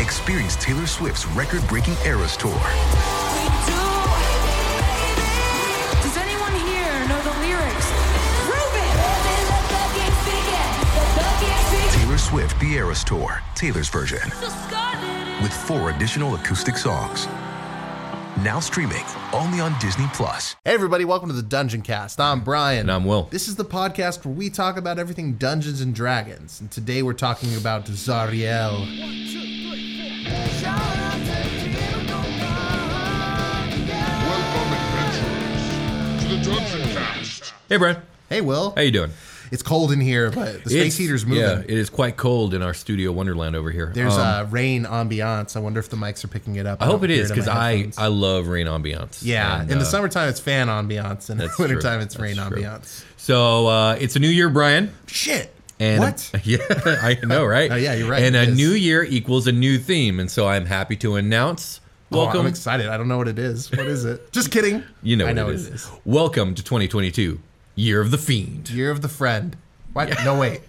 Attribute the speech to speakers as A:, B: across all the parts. A: Experience Taylor Swift's record-breaking Eras Tour.
B: We do. Does anyone here know the lyrics? Ruben!
A: Taylor Swift: The Eras Tour, Taylor's version, with four additional acoustic songs. Now streaming only on Disney Plus.
C: Hey everybody, welcome to the Dungeon Cast. I'm Brian.
D: And I'm Will.
C: This is the podcast where we talk about everything Dungeons and Dragons. And today we're talking about Zariel.
E: Welcome, adventurers, to the Dungeon Cast.
D: Hey, Brad.
C: Hey Will.
D: How you doing?
C: It's cold in here, but the space heater's moving.
D: Yeah, it is quite cold in our studio Wonderland over here.
C: There's
D: Um,
C: uh, rain ambiance. I wonder if the mics are picking it up.
D: I hope
C: don't
D: it
C: hear
D: is
C: in my
D: because I
C: headphones.
D: I love rain ambiance.
C: yeah,
D: And,
C: in the
D: uh,
C: summertime it's fan ambiance, and in the
D: that's
C: wintertime
D: true.
C: it's rain
D: That's true.
C: ambiance.
D: So uh, it's a new year, Brian.
C: Shit.
D: And
C: what?
D: yeah, I know, right?
C: Oh, yeah, you're right,
D: And
C: it
D: a
C: is.
D: new year equals a new theme, and so I'm happy to announce.
C: Oh,
D: Welcome.
C: I'm excited. I don't know what it is. What is it? Just kidding.
D: you know,
C: I know
D: what it is. Welcome to 2022, year of the fiend.
C: Year of the Friend. What? No, wait.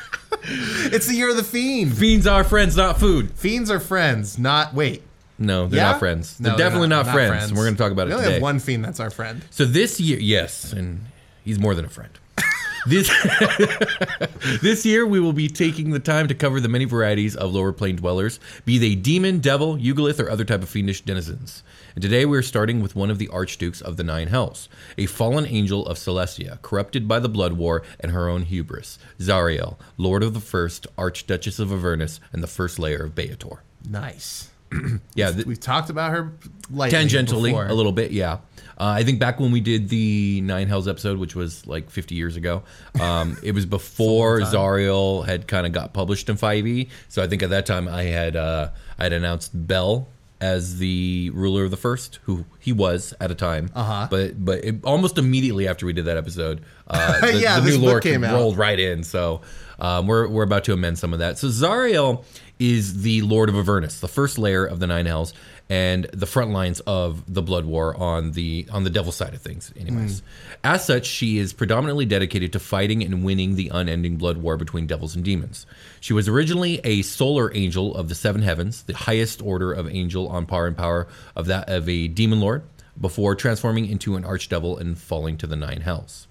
C: it's the Year of the Fiend.
D: Fiends are friends, not food.
C: Fiends are friends, not. Wait.
D: No, they're
C: Yeah?
D: not friends.
C: No,
D: They're definitely not, friends. and We're going to talk about
C: we
D: it
C: only
D: today.
C: have one fiend that's our friend.
D: So this year, yes, and he's more than a friend. this this year we will be taking the time to cover the many varieties of lower plane dwellers, be they demon, devil, Ugalith, or other type of fiendish denizens. And today we are starting with one of the archdukes of the Nine Hells, a fallen angel of Celestia, corrupted by the blood war and her own hubris, Zariel, Lord of the First, Archduchess of Avernus, and the First Layer of Beator.
C: Nice.
D: Yeah, th-
C: We've talked about her lightly
D: tangentially
C: before.
D: a little bit yeah uh, i think back when we did the nine hells episode which was like 50 years ago um, it was before zariel had kind of got published in 5e so i think at that time i had uh, i had announced bell as the ruler of the first who he was at a time uh-huh. but but it, almost immediately after we did that episode uh, the,
C: Yeah,
D: the
C: this
D: new
C: book
D: lore
C: came out.
D: rolled rolled right in. So um, we're, we're about to amend some of that. So Zariel is the Lord of Avernus, the first layer of the Nine Hells, and the front lines of the Blood War on the on the Devil side of things. Anyways,
C: Hmm.
D: as such, she is predominantly dedicated to fighting and winning the unending Blood War between devils and demons. She was originally a Solar Angel of the Seven Heavens, the highest order of angel on par and power of that of a Demon Lord. Before transforming into an archdevil and falling to the nine hells.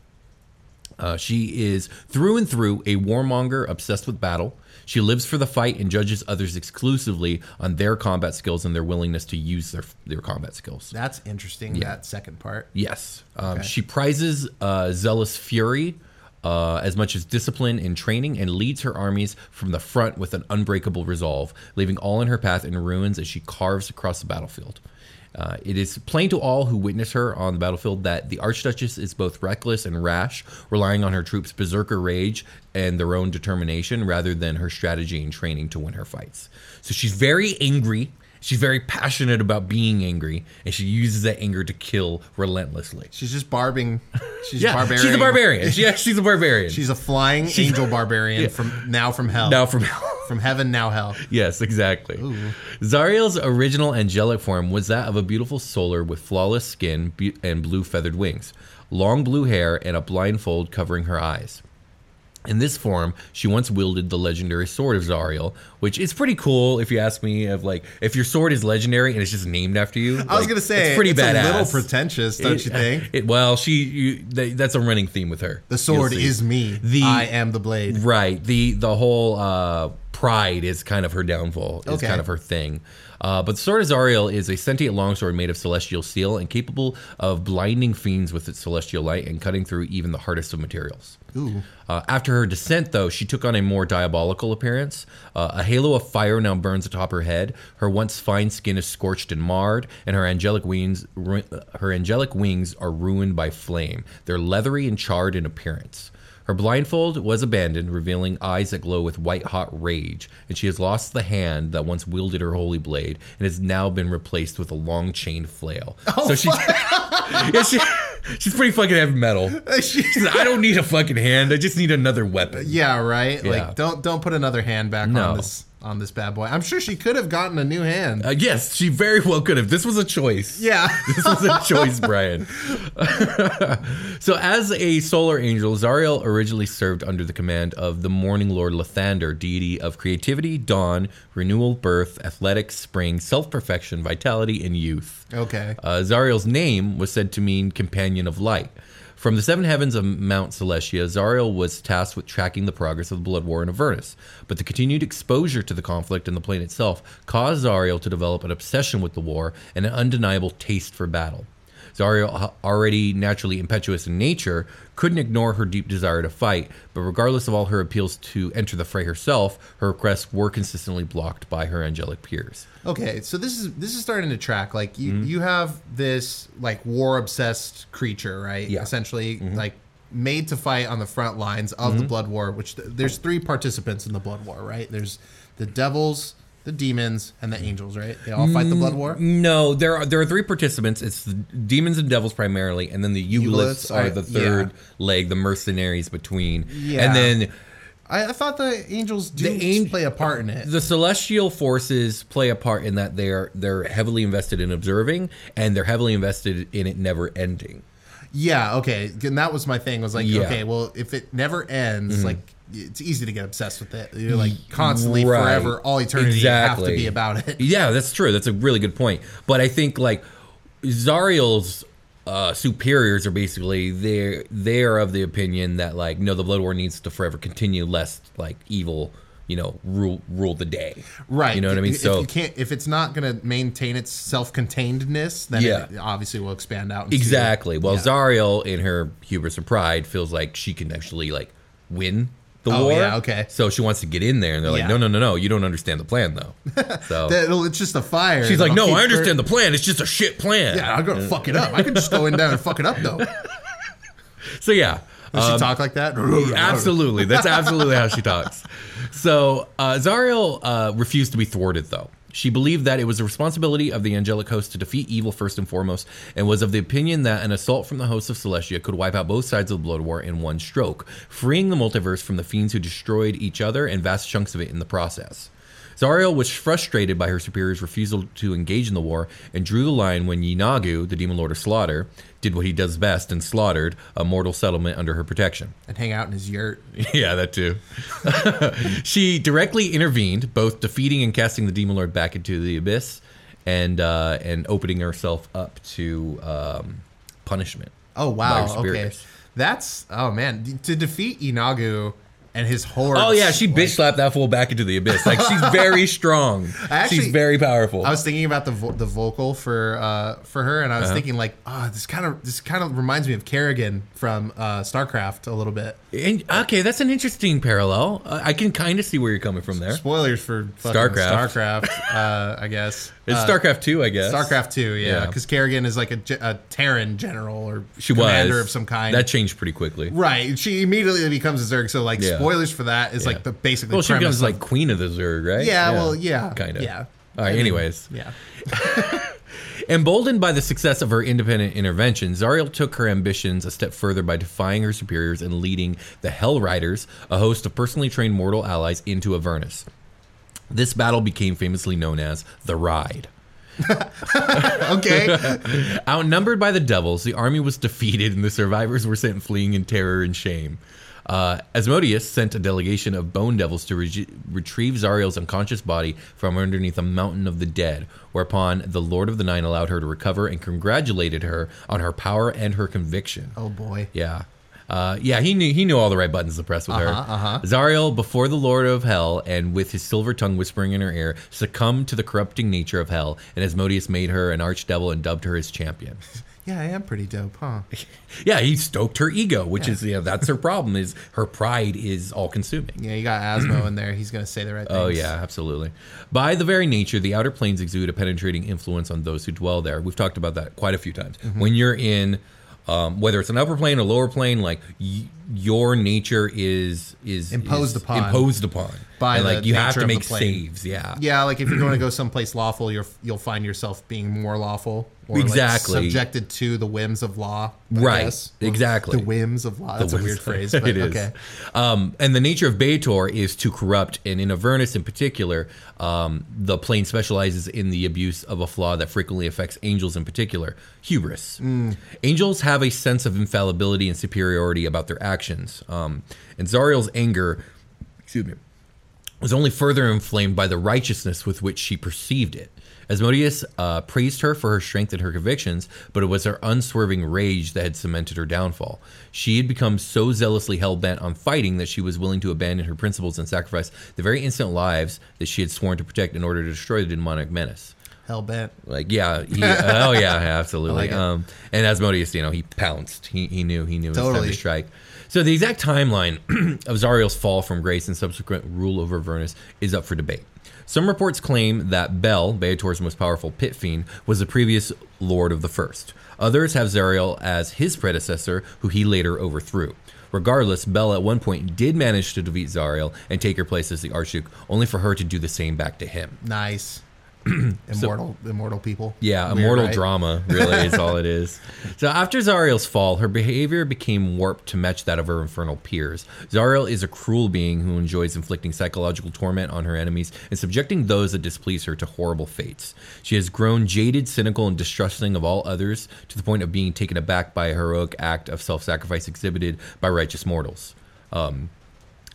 D: Uh, she is through and through a warmonger obsessed with battle. She lives for the fight and judges others exclusively on their combat skills and their willingness to use their their combat skills.
C: That's interesting, that second part.
D: Yes. Um, She prizes uh, zealous fury uh, as much as discipline and training and leads her armies from the front with an unbreakable resolve, leaving all in her path in ruins as she carves across the battlefield. Uh, it is plain to all who witness her on the battlefield that the Archduchess is both reckless and rash, relying on her troops' berserker rage and their own determination rather than her strategy and training to win her fights. So she's very angry She's very passionate about being angry, and she uses that anger to kill relentlessly.
C: She's just barbing. She's
D: Yeah,
C: barbarian.
D: she's a barbarian. yeah, she's a barbarian.
C: She's a flying angel barbarian from now from hell.
D: now from hell.
C: from heaven, now hell.
D: yes, exactly. Zariel's original angelic form was that of a beautiful solar with flawless skin be- and blue feathered wings. long blue hair, and a blindfold covering her eyes. In this form, she once wielded the legendary sword of Zariel, which is pretty cool if you ask me. Of like, if your sword is legendary and it's just named after you,
C: I was
D: like,
C: gonna say
D: it's pretty badass.
C: A little pretentious, don't you think?
D: It, well, she you, that, that's a running theme with her.
C: The sword
D: You'll see.
C: is me.
D: The-
C: I am the blade.
D: Right. The the whole uh, pride is kind of her downfall. Is
C: Okay.
D: kind of her thing. Uh, but the Sword of Zariel is a sentient longsword made of celestial steel and capable of blinding fiends with its celestial light and cutting through even the hardest of materials. Ooh. Uh, after her descent, though, she took on a more diabolical appearance. Uh, a halo of fire now burns atop her head. Her once fine skin is scorched and marred, and her angelic wings, ru- uh, her angelic wings are ruined by flame. They're leathery and charred in appearance. Her blindfold was abandoned, revealing eyes that glow with white hot rage, and she has lost the hand that once wielded her holy blade and has now been replaced with a long chained flail. so she, yeah, she, she's pretty fucking heavy metal. She said, I don't need a fucking hand, I just need another weapon.
C: Yeah, right.
D: Yeah.
C: Like don't don't put another hand back
D: No.
C: on this on this bad boy. I'm sure she could have gotten a new hand.
D: Uh, yes, she very well could have. This was a choice.
C: yeah.
D: this was a choice, Brian. so, as a solar angel, Zariel originally served under the command of the Morning Lord Lathander, deity of creativity, dawn, renewal, birth, athletics, spring, self perfection, vitality, and youth.
C: okay.
D: Uh, Zariel's name was said to mean companion of light. From the seven heavens of Mount Celestia, Zariel was tasked with tracking the progress of the Blood War in Avernus. But the continued exposure to the conflict and the plane itself caused Zariel to develop an obsession with the war and an undeniable taste for battle. Zarya, h- already naturally impetuous in nature, couldn't ignore her deep desire to fight, but regardless of all her appeals to enter the fray herself, her requests were consistently blocked by her angelic peers.
C: Okay, so this is this is starting to track. Like you,
D: Mm-hmm.
C: you have this like war obsessed creature, right?
D: Yeah. Mm-hmm.
C: Essentially, like made to fight on the front lines of the blood war. Which th- there's three participants in the blood war, right? There's the devils, the demons, and the angels, right? They all fight the blood war.
D: Mm-hmm. No, there are there are three participants. It's the demons and devils primarily, and then the Eulists
C: Euliths
D: are
C: are-
D: the
C: yeah.
D: third leg, the mercenaries between.
C: Yeah.
D: And then
C: I, I thought the angels do
D: The ang-
C: play a part in it.
D: the celestial forces play a part in that they're they're heavily invested in observing and they're heavily invested in it never ending.
C: Yeah, okay. And that was my thing was like,
D: Yeah. Mm-hmm.
C: okay, well, if it never ends, like it's easy to get obsessed with it. You're like constantly,
D: Right.
C: forever, all eternity have to
D: Exactly.
C: be about it.
D: Yeah, that's true. That's a really good point. But I think like Zariel's uh, superiors are basically they they are of the opinion that like no, the blood war needs to forever continue, lest like evil you know rule rule the day.
C: Right.
D: You know what I mean?
C: If
D: so
C: you can't if it's not gonna maintain its self containedness, then
D: Yeah.
C: it obviously will expand out into-
D: exactly. Well, Zariel in her hubris and pride feels like she can actually like win. The
C: Oh,
D: war.
C: yeah, okay.
D: So she wants to get in there, and they're like,
C: Yeah.
D: "No, no, no, no! You don't understand the plan, though." So
C: That'll- it's just a fire.
D: she's like,
C: that'll
D: "No,
C: keep
D: I
C: her-
D: understand the plan. It's just a shit plan."
C: Yeah, I'm gonna fuck it up. I can just go in there and fuck it up though. Does
D: So yeah,
C: she talk like that?
D: Absolutely. That's absolutely how she talks. So uh, Zariel uh, refused to be thwarted, though. She believed that it was the responsibility of the angelic host to defeat evil first and foremost, and was of the opinion that an assault from the hosts of Celestia could wipe out both sides of the Blood War in one stroke, freeing the multiverse from the fiends who destroyed each other and vast chunks of it in the process. Zariel was frustrated by her superior's refusal to engage in the war and drew the line when Yinagu, the demon lord of slaughter, did what he does best and slaughtered a mortal settlement under her protection.
C: And hang out in his yurt.
D: Yeah, that too. she directly intervened, both defeating and casting the demon lord back into the abyss, and uh, and opening herself up to um, punishment.
C: Oh
D: by her
C: wow. Okay.
D: superiors.
C: That's oh man. D- To defeat Inagu and his hordes.
D: Oh yeah, she
C: like,
D: bitch slapped that fool back into the abyss. Like she's very strong.
C: actually-
D: she's very powerful.
C: I was thinking about the vo- the vocal for uh, for her, and I was
D: Uh-huh.
C: thinking like, ah, this kind of this kind of reminds me of Kerrigan from uh, StarCraft a little bit.
D: And- okay, that's an interesting parallel. Uh, I can kind of see where you're coming from there.
C: Spoilers for fucking
D: StarCraft.
C: StarCraft, uh, I guess.
D: It's
C: Uh,
D: StarCraft two, I guess.
C: StarCraft two, yeah,
D: Yeah.
C: because Kerrigan is like a, ge- a Terran general or
D: She
C: commander
D: was
C: of some kind.
D: That changed pretty quickly.
C: right, she immediately becomes a Zerg. So like,
D: Yeah.
C: spoilers for that is
D: Yeah.
C: like the basically.
D: Well, she
C: premise
D: becomes
C: of-
D: like queen of the Zerg, right?
C: Yeah, well, yeah,
D: kind of.
C: yeah.
D: All right.
C: I mean,
D: anyways,
C: yeah.
D: Emboldened by the success of her independent intervention, Zariel took her ambitions a step further by defying her superiors and leading the Hell Riders, a host of personally trained mortal allies, into Avernus. This battle became famously known as the Ride.
C: Okay.
D: Outnumbered by the devils, the army was defeated and the survivors were sent fleeing in terror and shame. Uh, Asmodeus sent a delegation of bone devils to reg- retrieve Zariel's unconscious body from underneath a mountain of the dead, whereupon the Lord of the Nine allowed her to recover and congratulated her on her power and her conviction.
C: oh boy.
D: Yeah. Uh, yeah, he knew he knew all the right buttons to press with her. Uh-huh. Zariel, before the Lord of Hell, and with his silver tongue whispering in her ear, succumbed to the corrupting nature of Hell, and Asmodeus made her an archdevil and dubbed her his champion.
C: Yeah, I am pretty dope, huh?
D: yeah, he stoked her ego, which is yeah, that's her problem. Is her pride is all consuming.
C: Yeah, you got Asmo in there. He's gonna say the right things.
D: Oh yeah, absolutely. By the very nature, the outer planes exude a penetrating influence on those who dwell there. We've talked about that quite a few times.
C: Mm-hmm.
D: When you're in, um, whether it's an upper plane or lower plane, like y- your nature is is
C: Imposed
D: is
C: upon.
D: imposed upon
C: By
D: And,
C: the
D: like you have
C: nature
D: to
C: of the
D: make
C: plane.
D: saves. Yeah,
C: Yeah, like if you're going to go someplace lawful, you're, you'll find yourself being more lawful. Or like,
D: Exactly.
C: subjected to the whims of law. I
D: Right,
C: guess.
D: exactly.
C: The whims of law. That's a weird phrase, but
D: it is.
C: okay.
D: Um, and the nature of Beator is to corrupt, and in Avernus in particular, um, the plane specializes in the abuse of a flaw that frequently affects angels in particular hubris. Angels have a sense of infallibility and superiority about their actions. Um, and Zariel's anger, excuse me, was only further inflamed by the righteousness with which she perceived it. Asmodeus uh, praised her for her strength and her convictions, but it was her unswerving rage that had cemented her downfall. She had become so zealously hell bent on fighting that she was willing to abandon her principles and sacrifice the very innocent lives that she had sworn to protect in order to destroy the demonic menace.
C: Hell bent.
D: Like, yeah, he, oh yeah, absolutely.
C: it.
D: um, and Asmodeus, you know, he pounced. He, he knew he knew it was time
C: Totally.
D: to strike. So the exact timeline of Zariel's fall from grace and subsequent rule over Avernus is up for debate. Some reports claim that Bel, Beator's most powerful pit fiend, was the previous lord of the first. Others have Zariel as his predecessor, who he later overthrew. Regardless, Bel at one point did manage to defeat Zariel and take her place as the Archduke, only for her to do the same back to him.
C: Nice. immortal immortal people.
D: Yeah,
C: Weird,
D: immortal
C: right?
D: drama really is all it is. So after Zariel's fall, her behavior became warped to match that of her infernal peers. Zariel is a cruel being who enjoys inflicting psychological torment on her enemies and subjecting those that displease her to horrible fates. She has grown jaded, cynical, and distrusting of all others to the point of being taken aback by a heroic act of self-sacrifice exhibited by righteous mortals.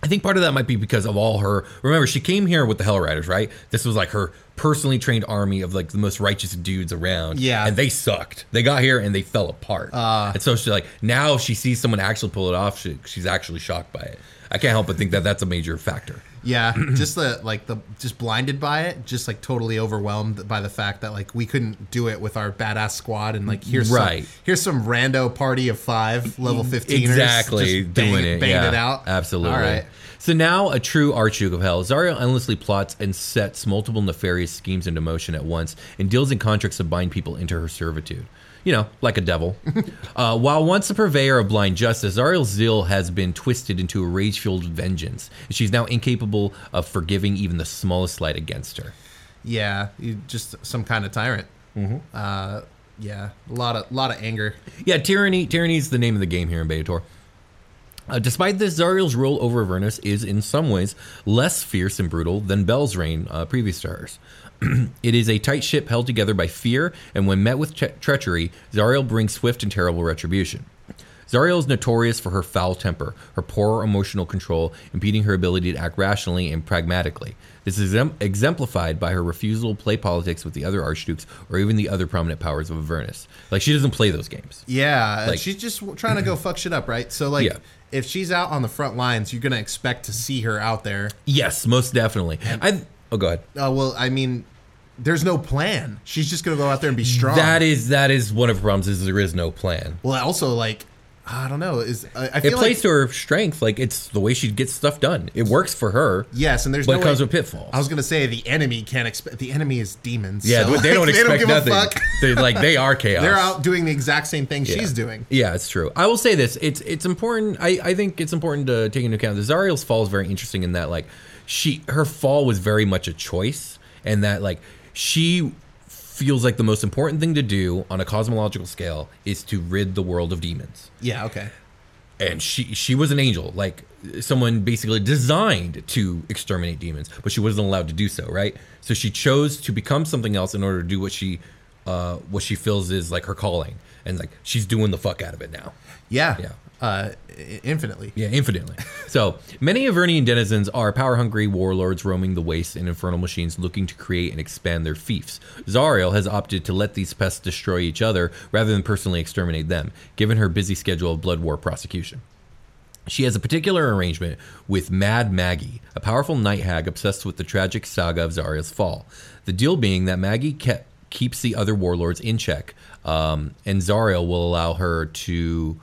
D: I think part of that might be because of all her. Remember, she came here with the Hell Riders, right? This was like her personally trained army of like the most righteous dudes around.
C: Yeah.
D: and they sucked. They got here and they fell apart. and so she's like, now if she sees someone actually pull it off, she, she's actually shocked by it. I can't help but think that that's a major factor.
C: Yeah, just the like the just blinded by it, just like totally overwhelmed by the fact that like we couldn't do it with our badass squad, and like here's
D: Right.
C: some, here's some rando party of five level fifteen
D: exactly doing it,
C: banged
D: yeah,
C: it out
D: Absolutely.
C: All right,
D: So now a true Archduke of Hell, Zariel endlessly plots and sets multiple nefarious schemes into motion at once, and deals in contracts to bind people into her servitude. You know, like a devil. uh, while once a purveyor of blind justice, Zariel's zeal has been twisted into a rage-fueled vengeance, and she's now incapable of forgiving even the smallest slight against her.
C: yeah, you just some kind of tyrant. Mm-hmm. Uh, yeah, a lot of lot of anger.
D: Yeah, tyranny. Tyranny is the name of the game here in Beator. Uh, despite this, Zariel's rule over Avernus is in some ways less fierce and brutal than Bel's reign uh, previous to hers. it is a tight ship held together by fear, and when met with tre- treachery, Zariel brings swift and terrible retribution. Zariel is notorious for her foul temper, her poor emotional control, impeding her ability to act rationally and pragmatically. This is em- exemplified by her refusal to play politics with the other archdukes or even the other prominent powers of Avernus. Like, she doesn't play those games.
C: Yeah, uh,
D: Like-
C: she's just w- trying to go fuck shit up, right? So like,
D: Yeah.
C: if she's out on the front lines, you're gonna expect to see her out there.
D: Yes, most definitely. I oh god,
C: Uh, well, I mean, there's no plan. She's just gonna go out there and be strong.
D: that is that is one of her problems is there is no plan.
C: Well, also like I don't know. Is I, I
D: It
C: feel
D: plays
C: like,
D: to her strength, like it's the way she gets stuff done. It works for her.
C: yes, and there's
D: but
C: no
D: it comes
C: way-
D: with pitfalls.
C: I was gonna say the enemy can't expect the enemy is demons.
D: yeah,
C: so,
D: they don't
C: like,
D: expect
C: give
D: nothing.
C: A fuck.
D: They like they are chaos.
C: They're out doing the exact same thing she's doing.
D: Yeah, it's true. I will say this: it's it's important. I, I think it's important to take into account that Zariel's fall is very interesting in that like she her fall was very much a choice, and that like she feels like the most important thing to do on a cosmological scale is to rid the world of demons.
C: Yeah, okay.
D: and she she was an angel, like someone basically designed to exterminate demons, but she wasn't allowed to do so, right? So she chose to become something else in order to do what she uh, what she feels is like her calling, and like she's doing the fuck out of it now.
C: Yeah.
D: Yeah.
C: Uh, i- infinitely.
D: Yeah, infinitely. So many Avernian denizens are power hungry warlords roaming the wastes and infernal machines looking to create and expand their fiefs. Zariel has opted to let these pests destroy each other rather than personally exterminate them, given her busy schedule of blood war prosecution. She has a particular arrangement with Mad Maggie, a powerful night hag obsessed with the tragic saga of Zarya's fall. The deal being that Maggie ke- keeps the other warlords in check, um, and Zariel will allow her to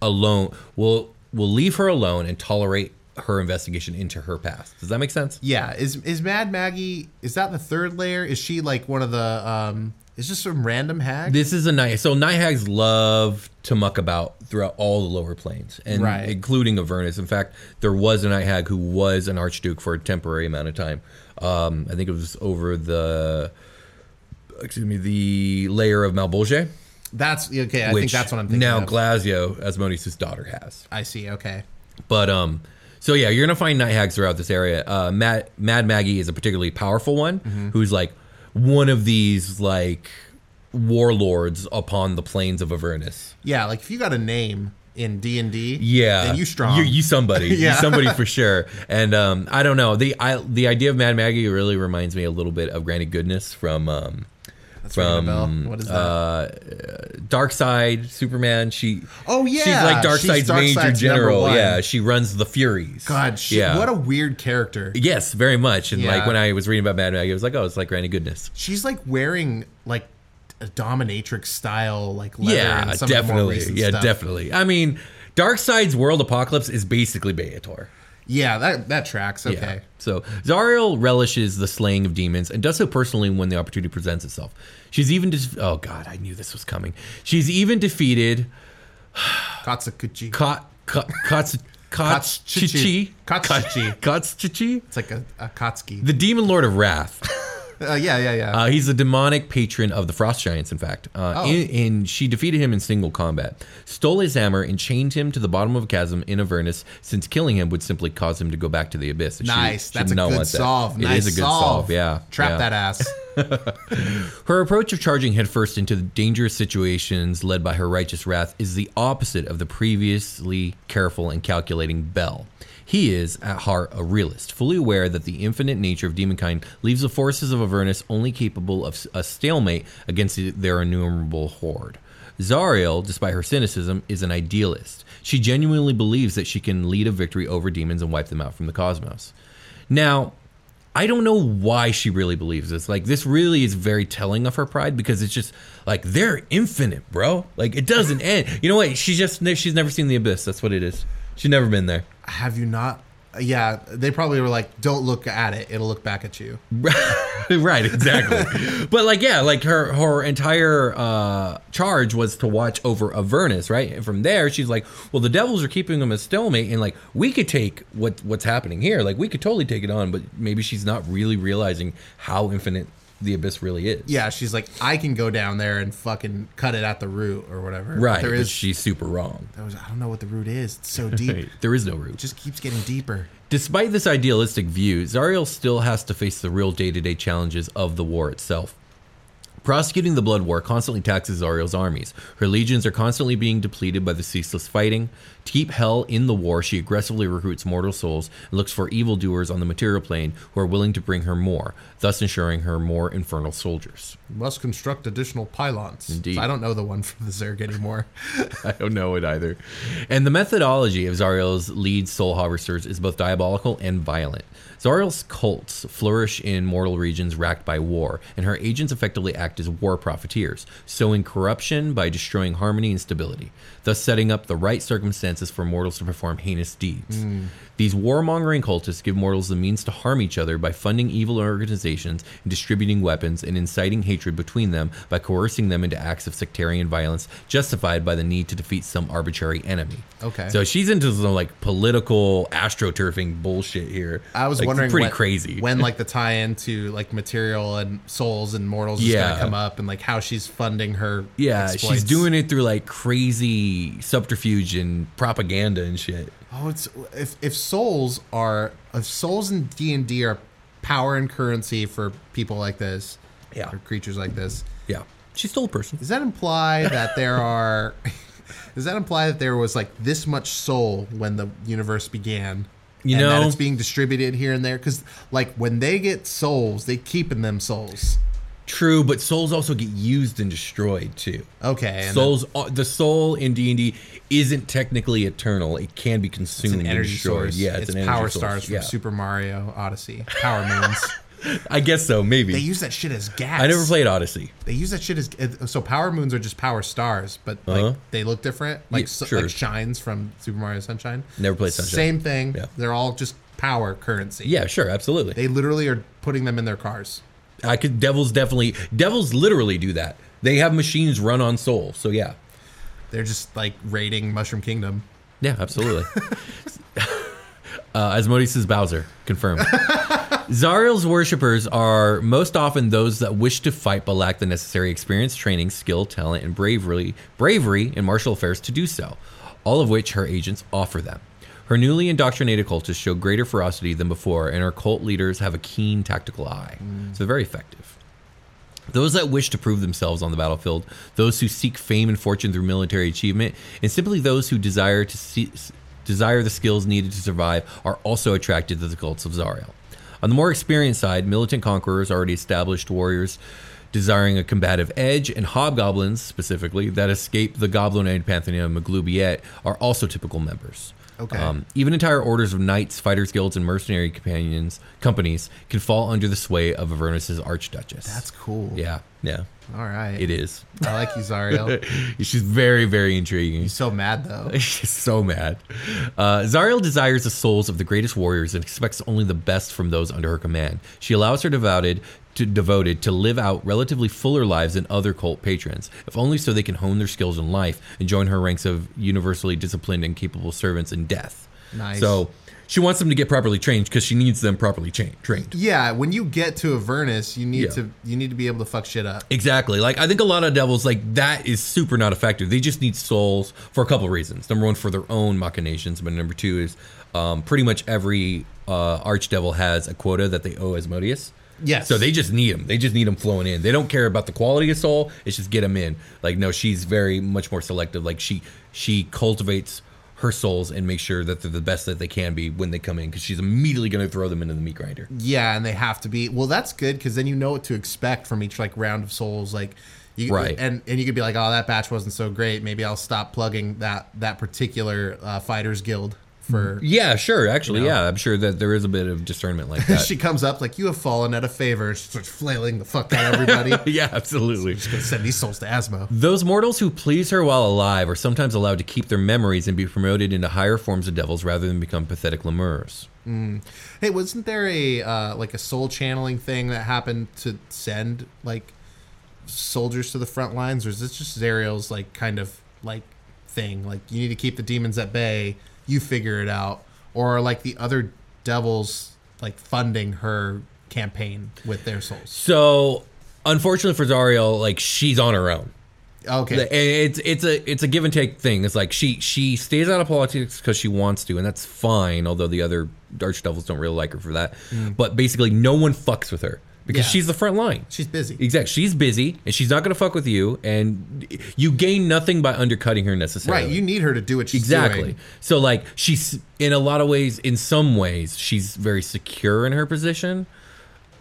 D: alone will will leave her alone and tolerate her investigation into her past. Does that make sense?
C: Yeah. Is is Mad Maggie? Is that the third layer? Is she like one of the? um Is just some random hag?
D: This is a night. So night hags love to muck about throughout all the lower planes, and
C: Right.
D: including Avernus. In fact, there was a night hag who was an archduke for a temporary amount of time. Um, I think it was over the, excuse me, the layer of Malbolge,
C: that's okay. I
D: which
C: think that's what I'm thinking.
D: now
C: of.
D: Glasio, Asmodeus' daughter, has.
C: I see. Okay.
D: But um, so yeah, you're gonna find night hags throughout this area. Uh, Mad Mad Maggie is a particularly powerful one,
C: Mm-hmm.
D: who's like one of these like warlords upon the plains of Avernus.
C: Yeah. Like if you got a name in D and D,
D: Yeah,
C: then you strong.
D: You, you somebody.
C: Yeah.
D: You somebody for sure. And um, I don't know the I the idea of Mad Maggie really reminds me a little bit of Granny Goodness from um,
C: That's ringing a bell.
D: from,
C: what is that?
D: uh, Dark Side Superman. She
C: Oh, yeah.
D: she's like Dark
C: She's
D: Side's major
C: Darkseid's number
D: general.
C: one.
D: Yeah, she runs the Furies.
C: God, she,
D: yeah.
C: what a weird character.
D: Yes, very much. And like
C: Yeah.
D: when I was reading about Mad Maggie, I was like, oh, it's like Granny Goodness.
C: She's like wearing like a dominatrix style like leather
D: yeah,
C: and some of the more
D: definitely.
C: recent
D: Yeah,
C: stuff.
D: definitely. I mean, Dark Side's World Apocalypse is basically Beator.
C: Yeah, that that tracks. Okay.
D: Yeah. So Zariel relishes the slaying of demons and does so personally when the opportunity presents itself. She's even def- oh god, I knew this was coming. She's even defeated
C: Katsukuchi.
D: Ka- Ka- Kats- Katschichi.
C: Katsuchi.
D: Katschichi,
C: It's like a, a Katsuki.
D: the demon lord of wrath.
C: Uh, yeah, yeah, yeah.
D: Uh, he's the demonic patron of the Frost Giants, in fact. Uh,
C: Oh.
D: in, in- she defeated him in single combat, stole his hammer, and chained him to the bottom of a chasm in Avernus, since killing him would simply cause him to go back to the abyss. And she-
C: nice.
D: she
C: That's a
D: did not
C: good
D: want that.
C: solve.
D: It
C: nice
D: is a good
C: solve.
D: solve, yeah.
C: Trap
D: yeah.
C: that ass.
D: Her approach of charging headfirst into the dangerous situations led by her righteous wrath is the opposite of the previously careful and calculating Bell. He is, at heart, a realist, fully aware that the infinite nature of demonkind leaves the forces of Avernus only capable of a stalemate against their innumerable horde. Zariel, despite her cynicism, is an idealist. She genuinely believes that she can lead a victory over demons and wipe them out from the cosmos. Now, I don't know why she really believes this. Like, this really is very telling of her pride because it's just like they're infinite, bro. Like, it doesn't end. You know what? She just she's never seen the abyss. That's what it is. She's never been there.
C: Have you not? Yeah, they probably were like, "Don't look at it; it'll look back at you."
D: right, exactly. but like, yeah, like her her entire uh, charge was to watch over Avernus, right? And from there, she's like, well, the devils are keeping them as stalemate, and like we could take what what's happening here. Like we could totally take it on, but maybe she's not really realizing how infinite the abyss really is.
C: Yeah, she's like, "I can go down there and fucking cut it at the root or whatever."
D: Right,
C: There
D: but
C: is.
D: she's super wrong.
C: there was- I don't know what the root is. It's so deep. It
D: There is no root.
C: just keeps getting deeper.
D: Despite this idealistic view, Zariel still has to face the real day to day challenges of the war itself. Prosecuting the Blood War constantly taxes Zariel's armies. Her legions are constantly being depleted by the ceaseless fighting. To keep hell in the war, she aggressively recruits mortal souls and looks for evildoers on the material plane who are willing to bring her more, thus ensuring her more infernal soldiers.
C: Must construct additional pylons.
D: Indeed.
C: I don't know the one for the Zerg anymore.
D: I don't know it either. And the methodology of Zariel's lead soul harvesters is both diabolical and violent. Zariel's cults flourish in mortal regions racked by war, and her agents effectively act as war profiteers, sowing corruption by destroying harmony and stability, thus setting up the right circumstances for mortals to perform heinous deeds.
C: Hmm.
D: These warmongering cultists give mortals the means to harm each other by funding evil organizations and distributing weapons and inciting hatred between them by coercing them into acts of sectarian violence justified by the need to defeat some arbitrary enemy.
C: Okay.
D: So she's into some like political astroturfing bullshit here.
C: I was
D: Like,
C: wondering,
D: pretty
C: when-
D: crazy.
C: when like the tie-in to like material and souls and mortals is
D: Yeah.
C: gonna come up, and like how she's funding her.
D: yeah, she's
C: exploits.
D: doing it through like crazy subterfuge and propaganda and shit.
C: Oh, it's if if souls are if souls in D and D are power and currency for people like this,
D: Yeah.
C: or creatures like this.
D: Yeah, she stole a person.
C: Does that imply that there are? does that imply that there was like this much soul when the universe began?
D: You
C: and that
D: know-
C: it's being distributed here and there because, like, when they get souls, they keep in them souls.
D: True, but souls also get used and destroyed too.
C: Okay, and
D: souls, uh, the soul in D and D isn't technically eternal. It can be consumed
C: It's an energy
D: and destroyed.
C: source.
D: Yeah,
C: it's,
D: an energy
C: power
D: source.
C: stars from
D: Yeah.
C: Super Mario Odyssey. Power moons.
D: I guess so. Maybe
C: they use that shit as gas.
D: I never played Odyssey.
C: They use that shit as uh, so. Power moons are just power stars, but
D: Uh-huh.
C: like they look different. Like
D: Yeah,
C: so-
D: sure.
C: like shines from Super Mario Sunshine.
D: Never played Sunshine.
C: Same thing.
D: Yeah.
C: They're all just power currency.
D: Yeah, sure, absolutely.
C: They literally are putting them in their cars.
D: I could. Devils definitely. Devils literally do that. They have machines run on soul. So yeah,
C: They're just like raiding Mushroom Kingdom.
D: yeah, absolutely. uh, Asmodeus says Bowser confirmed. Zariel's worshippers are most often those that wish to fight but lack the necessary experience, training, skill, talent, and bravery, bravery in martial affairs to do so, all of which her agents offer them. Her newly indoctrinated cultists show greater ferocity than before, and her cult leaders have a keen tactical eye. So they're very effective. Those that wish to prove themselves on the battlefield, those who seek fame and fortune through military achievement, and simply those who desire to see, desire the skills needed to survive are also attracted to the cults of Zariel. On the more experienced side, militant conquerors, already established warriors desiring a combative edge, and hobgoblins specifically that escape the goblinoid pantheon of Maglubiet are also typical members. Um,
C: Okay.
D: even entire orders of knights, fighters guilds, and mercenary companions companies can fall under the sway of Avernus's archduchess.
C: That's cool.
D: Yeah, yeah,
C: All right.
D: it is.
C: I like you, Zariel.
D: She's very, very intriguing.
C: He's so mad though.
D: She's so mad. Uh, Zariel desires the souls of the greatest warriors and expects only the best from those under her command. She allows her devoted to devoted to live out relatively fuller lives than other cult patrons, if only so they can hone their skills in life and join her ranks of universally disciplined and capable servants in death.
C: Nice.
D: So she wants them to get properly trained because she needs them properly cha- trained.
C: Yeah, when you get to Avernus, you need
D: Yeah.
C: to you need to be able to fuck shit up.
D: Exactly. Like I think a lot of devils like that is super not effective. They just need souls for a couple reasons. Number one, for their own machinations, but number two is um, pretty much every uh, archdevil has a quota that they owe Asmodeus.
C: Yes.
D: So they just need them. They just need them flowing in. They don't care about the quality of soul. It's just get them in. Like no, she's very much more selective. Like she she cultivates her souls and makes sure that they're the best that they can be when they come in because she's immediately going to throw them into the meat grinder.
C: Yeah, and they have to be. Well, that's good because then you know what to expect from each like round of souls. Like, you,
D: Right.
C: And and you could be like, oh, that batch wasn't so great. Maybe I'll stop plugging that that particular uh, fighters guild for.
D: Yeah, sure. Actually, yeah, I'm sure that there is a bit of discernment like that.
C: she comes up like you have fallen out of favor. She starts flailing the fuck out of everybody.
D: yeah, absolutely.
C: Send these souls to Asmo.
D: Those mortals who please her while alive are sometimes allowed to keep their memories and be promoted into higher forms of devils rather than become pathetic lemurs.
C: Hey, wasn't there a uh, like a soul channeling thing that happened to send like soldiers to the front lines, or is this just Zariel's like kind of like thing? Like you need to keep the demons at bay, you figure it out, or are, like the other devils like funding her campaign with their souls?
D: So, unfortunately for Zariel, like she's on her own.
C: Okay,
D: And It's it's a it's a give and take thing. It's like she she stays out of politics because she wants to, and that's fine. Although the other archdevils don't really like her for that. But basically, no one fucks with her
C: Mm.
D: because
C: Yeah.
D: she's the front line.
C: she's busy.
D: Exactly. She's busy, and she's not going to fuck with you, and you gain nothing by undercutting her necessarily.
C: Right, you need her to do what she's
D: Exactly.
C: doing.
D: So like she's in a lot of ways, in some ways, she's very secure in her position.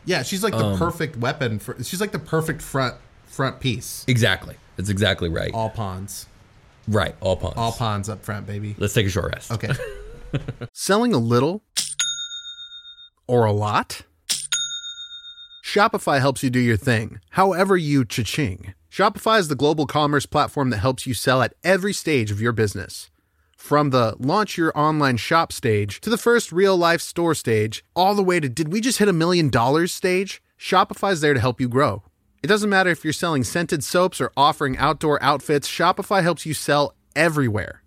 C: Yeah, she's like the
D: Um,
C: perfect weapon for. She's like the perfect front front piece.
D: Exactly. That's exactly right.
C: All pawns,
D: right. All pawns.
C: all pawns up front, baby.
D: Let's take a short rest.
C: Okay.
F: Selling a little or a lot? Shopify helps you do your thing, however you cha-ching. Shopify is the global commerce platform that helps you sell at every stage of your business. From the launch your online shop stage to the first real life store stage, all the way to did we just hit a million dollars stage? Shopify's there to help you grow. It doesn't matter if you're selling scented soaps or offering outdoor outfits, Shopify helps you sell everywhere.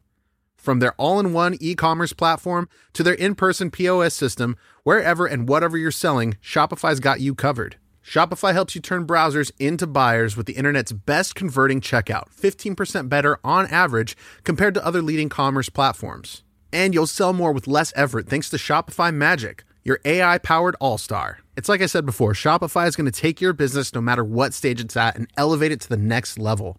F: From their all in one e commerce platform to their in person POS system, wherever and whatever you're selling, Shopify's got you covered. Shopify helps you turn browsers into buyers with the internet's best converting checkout, 15% better on average compared to other leading commerce platforms. And you'll sell more with less effort thanks to Shopify Magic, your AI powered all star. It's like I said before Shopify is going to take your business no matter what stage it's at and elevate it to the next level.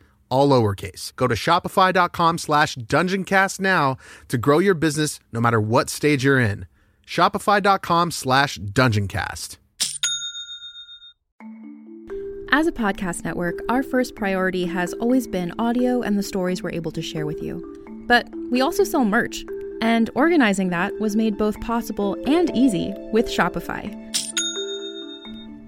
F: all lowercase. Go to shopify.com slash dungeoncast now to grow your business no matter what stage you're in. Shopify.com slash dungeoncast.
G: As a podcast network, our first priority has always been audio and the stories we're able to share with you. But we also sell merch, and organizing that was made both possible and easy with Shopify.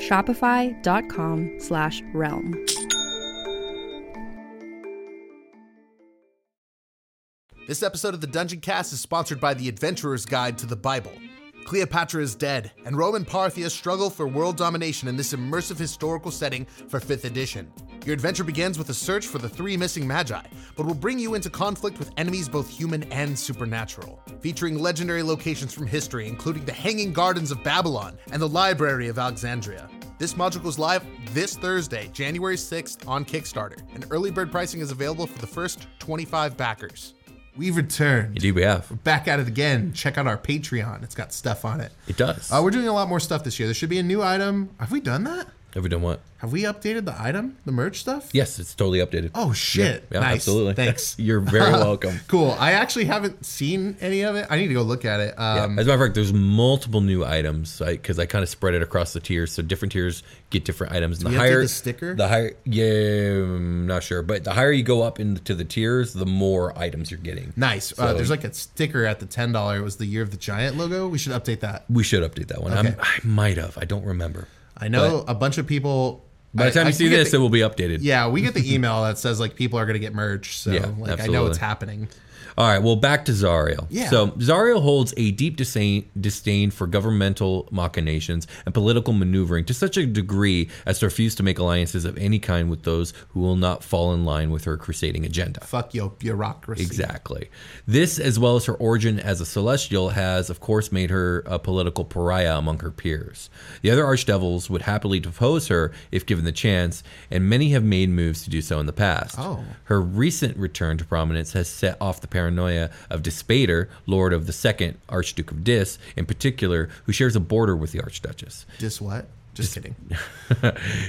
G: Shopify.com slash realm.
F: This episode of the Dungeon Cast is sponsored by the Adventurer's Guide to the Bible. Cleopatra is dead, and Rome and Parthia struggle for world domination in this immersive historical setting for 5th edition. Your adventure begins with a search for the three missing magi, but will bring you into conflict with enemies both human and supernatural. Featuring legendary locations from history, including the Hanging Gardens of Babylon and the Library of Alexandria. This module goes live this Thursday, January 6th, on Kickstarter, and early bird pricing is available for the first 25 backers.
C: We've returned.
D: Indeed, we have.
C: Back at it again. Check out our Patreon. It's got stuff on it.
D: It does.
C: Uh, we're doing a lot more stuff this year. There should be a new item. Have we done that?
D: Have we done what?
C: Have we updated the item, the merch stuff?
D: Yes, it's totally updated.
C: Oh shit!
D: Yeah,
C: nice.
D: absolutely.
C: Thanks.
D: You're very welcome.
C: cool. I actually haven't seen any of it. I need to go look at it.
D: Yeah,
C: Um,
D: As a matter of fact, there's multiple new items because I kind of spread it across the tiers, so different tiers get different items. And
C: we
D: the higher
C: update the sticker?
D: the higher, yeah, I'm not sure, but the higher you go up into the tiers, the more items you're getting.
C: Nice. Uh,
D: So-
C: there's like a sticker at the ten dollar. It was the year of the giant logo. We should update that.
D: We should update that one. I'm, I might have. I don't remember.
C: I know a bunch of people.
D: By the time
C: I-
D: you
C: I
D: see
C: get
D: this,
C: the-
D: it will be updated.
C: yeah, we get the email that says like people are gonna get merch. So like
D: Yeah,
C: I know
D: absolutely.
C: it's happening.
D: All right, well, back to Zario.
C: Yeah.
D: So Zario holds a deep disdain, disdain for governmental machinations and political maneuvering to such a degree as to refuse to make alliances of any kind with those who will not fall in line with her crusading agenda.
C: Fuck your bureaucracy.
D: Exactly. This, as well as her origin as a celestial, has, of course, made her a political pariah among her peers. The other archdevils would happily depose her if given the chance, and many have made moves to do so in the past.
C: Oh.
D: Her recent return to prominence has set off the paranoia of Despater, lord of the second Archduke of Dis, in particular, who shares a border with the Archduchess.
C: Just what? Just kidding.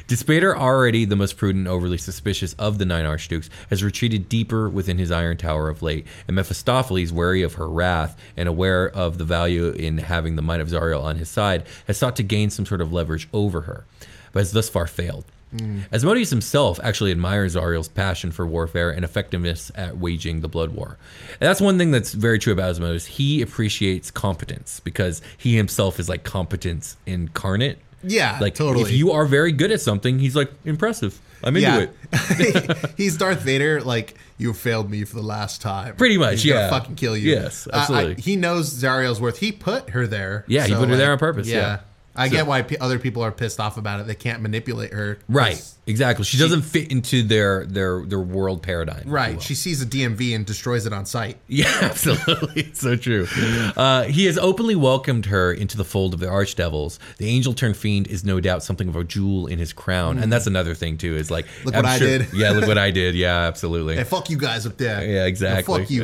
D: Despater, already the most prudent, and overly suspicious of the nine archdukes, has retreated deeper within his iron tower of late, and Mephistopheles, wary of her wrath and aware of the value in having the might of Zariel on his side, has sought to gain some sort of leverage over her, but has thus far failed.
C: Mm.
D: Asmodeus himself actually admires Ariel's passion for warfare and effectiveness at waging the Blood War. And that's one thing that's very true about Asmodeus. He appreciates competence because he himself is like competence incarnate.
C: Yeah,
D: Like
C: totally.
D: if you are very good at something, he's like impressive. I'm into it.
C: he's Darth Vader. Like you failed me for the last time.
D: Pretty much,
C: He's gonna
D: yeah.
C: fucking kill you.
D: Yes,
C: I- I-
D: absolutely.
C: he knows Zariel's worth. He put her there.
D: Yeah, he put her there on purpose, yeah.
C: I get why p- other people are pissed off about it. They can't manipulate her. 'cause-
D: Right. Exactly. She, doesn't fit into their their their world paradigm. if you will.
C: Right. She sees a DMV and destroys it on sight.
D: Yeah, absolutely. It's so true. Uh, he has openly welcomed her into the fold of the archdevils. The angel turned fiend is no doubt something of a jewel in his crown. And that's another thing, too, is like,
C: Mm. Look what I did.
D: yeah, look what I did. Yeah, absolutely.
C: Hey, fuck you guys up there.
D: Yeah, exactly.
C: fuck you.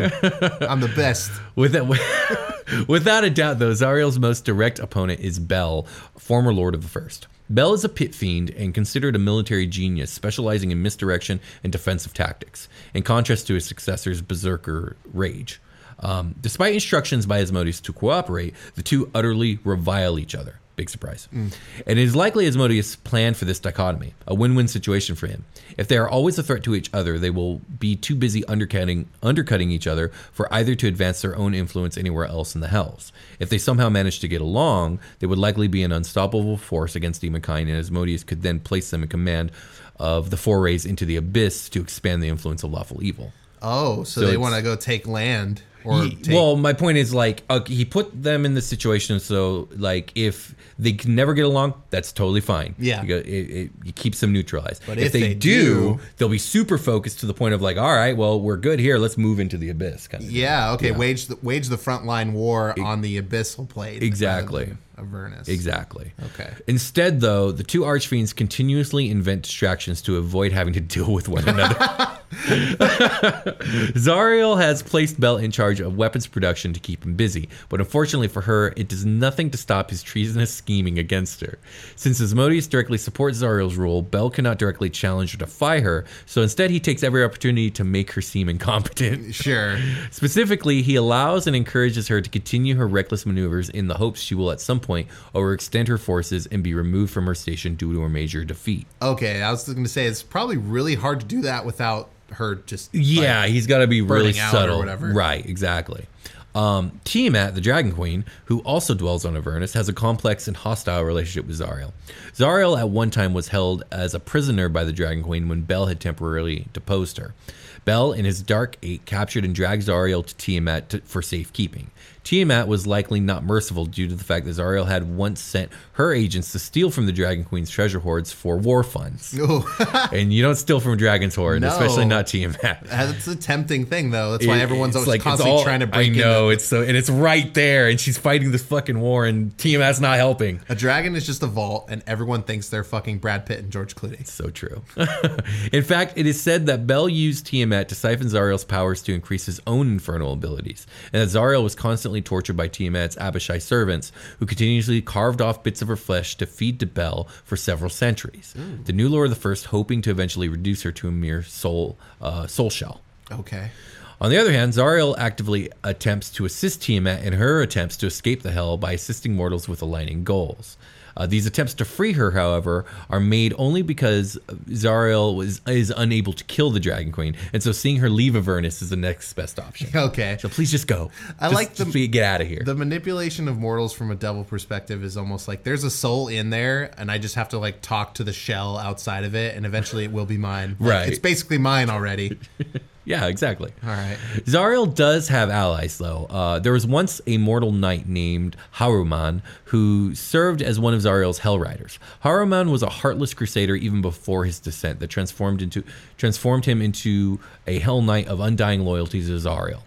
C: I'm the best.
D: With that, without a doubt, though, Zariel's most direct opponent is Bell, former Lord of the First. Bell is a pit fiend and considered a military genius, specializing in misdirection and defensive tactics, in contrast to his successor's Berserker Rage. Um, despite instructions by Asmodeus to cooperate, the two utterly revile each other. Big surprise. And it is likely Asmodeus planned for this dichotomy, a win win situation for him. If they are always a threat to each other, they will be too busy undercutting, undercutting each other for either to advance their own influence anywhere else in the Hells. If they somehow manage to get along, they would likely be an unstoppable force against demonkind, and Asmodeus could then place them in command of the forays into the abyss to expand the influence of lawful evil.
C: Oh, so,
D: So
C: they
D: it's-
C: want to go take land or
D: Ye-
C: take,
D: well, my point is like uh, he put them in this situation, so like if they can never get along, that's totally fine.
C: Yeah.
D: You go- it, it, it keeps them neutralized. But
C: if they do-
D: they'll be super focused to the point of like, all right, well, we're good here. Let's move into the abyss. Kind of.
C: yeah, okay. Wage the wage the frontline war on the abyssal plate.
D: E Exactly.
C: rather than Avernus.
D: Exactly.
C: Okay.
D: Instead, though, the two archfiends continuously invent distractions to avoid having to deal with one another. Zariel has placed Bell in charge of weapons production to keep him busy, but unfortunately for her, it does nothing to stop his treasonous scheming against her. Since Asmodeus directly supports Zariel's rule, Bell cannot directly challenge or defy her, so instead he takes every opportunity to make her seem incompetent.
C: Sure.
D: Specifically, he allows and encourages her to continue her reckless maneuvers in the hopes she will at some point overextend her forces and be removed from her station due to her major defeat.
C: Okay, I was going to say it's probably really hard to do that without her just like,
D: Yeah, he's got to be really
C: burning out or
D: subtle.
C: whatever.
D: Right, exactly. Um, Tiamat, the Dragon Queen, who also dwells on Avernus, has a complex and hostile relationship with Zariel. Zariel at one time was held as a prisoner by the Dragon Queen when Bel had temporarily deposed her. Bel and his Dark Eight captured and dragged Zariel to Tiamat to, for safekeeping. Tiamat was likely not merciful due to the fact that Zariel had once sent her agents to steal from the Dragon Queen's treasure hoards for war funds. and you don't steal from a dragon's hoard,
C: No.
D: especially not Tiamat.
C: That's a tempting thing, though. That's why
D: It-
C: everyone's always
D: it's like, it's
C: constantly
D: all-
C: trying to break
D: I know it's so, and it's right there, and she's fighting this fucking war, and Tiamat's not helping.
C: in. A dragon is just a vault, and everyone thinks they're fucking Brad Pitt and George Clooney.
D: So true. in fact, it is said that Bell used Tiamat to siphon Zariel's powers to increase his own infernal abilities, and that Zariel was constantly tortured by Tiamat's Abishai servants, who continuously carved off bits of her flesh to feed to Bell for several centuries.
C: Hmm.
D: The new Lord of the First hoping to eventually reduce her to a mere soul, uh, soul shell.
C: Okay.
D: On the other hand, Zariel actively attempts to assist Tiamat in her attempts to escape the Hell by assisting mortals with aligning goals. Uh, these attempts to free her, however, are made only because Zariel was, is unable to kill the Dragon Queen, and so seeing her leave Avernus is the next best option.
C: Okay.
D: So please just go.
C: I
D: Just-
C: like the-
D: just be- get out of here.
C: The manipulation of mortals from a devil perspective is almost like there's a soul in there, and I just have to like talk to the shell outside of it, and eventually it will be mine. Like,
D: Right.
C: It's basically mine already.
D: yeah, exactly.
C: All right.
D: Zariel does have allies, though. Uh, there was once a mortal knight named Haruman who served as one of Zariel's Hell Riders. Haruman was a heartless crusader even before his descent that transformed into transformed him into a Hell Knight of undying loyalty to Zariel.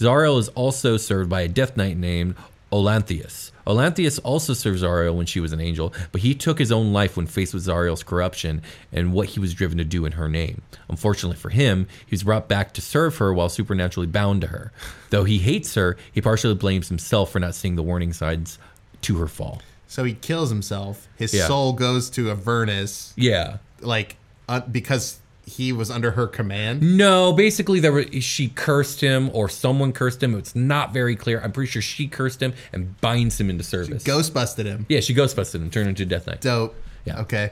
D: Zariel is also served by a Death Knight named Olanthius. Olanthius also served Zariel when she was an angel, but he took his own life when faced with Zariel's corruption and what he was driven to do in her name. Unfortunately for him, he was brought back to serve her while supernaturally bound to her. Though he hates her, he partially blames himself for not seeing the warning signs to her fall.
C: So he kills himself. His
D: Yeah.
C: soul goes to Avernus,
D: Yeah.
C: like uh, because he was under her command.
D: No, basically there were, she cursed him or someone cursed him. It's not very clear. I'm pretty sure she cursed him and binds him into service.
C: Ghostbusted him.
D: yeah, she ghostbusted him, turned him into a Death Knight.
C: Dope.
D: Yeah.
C: Okay.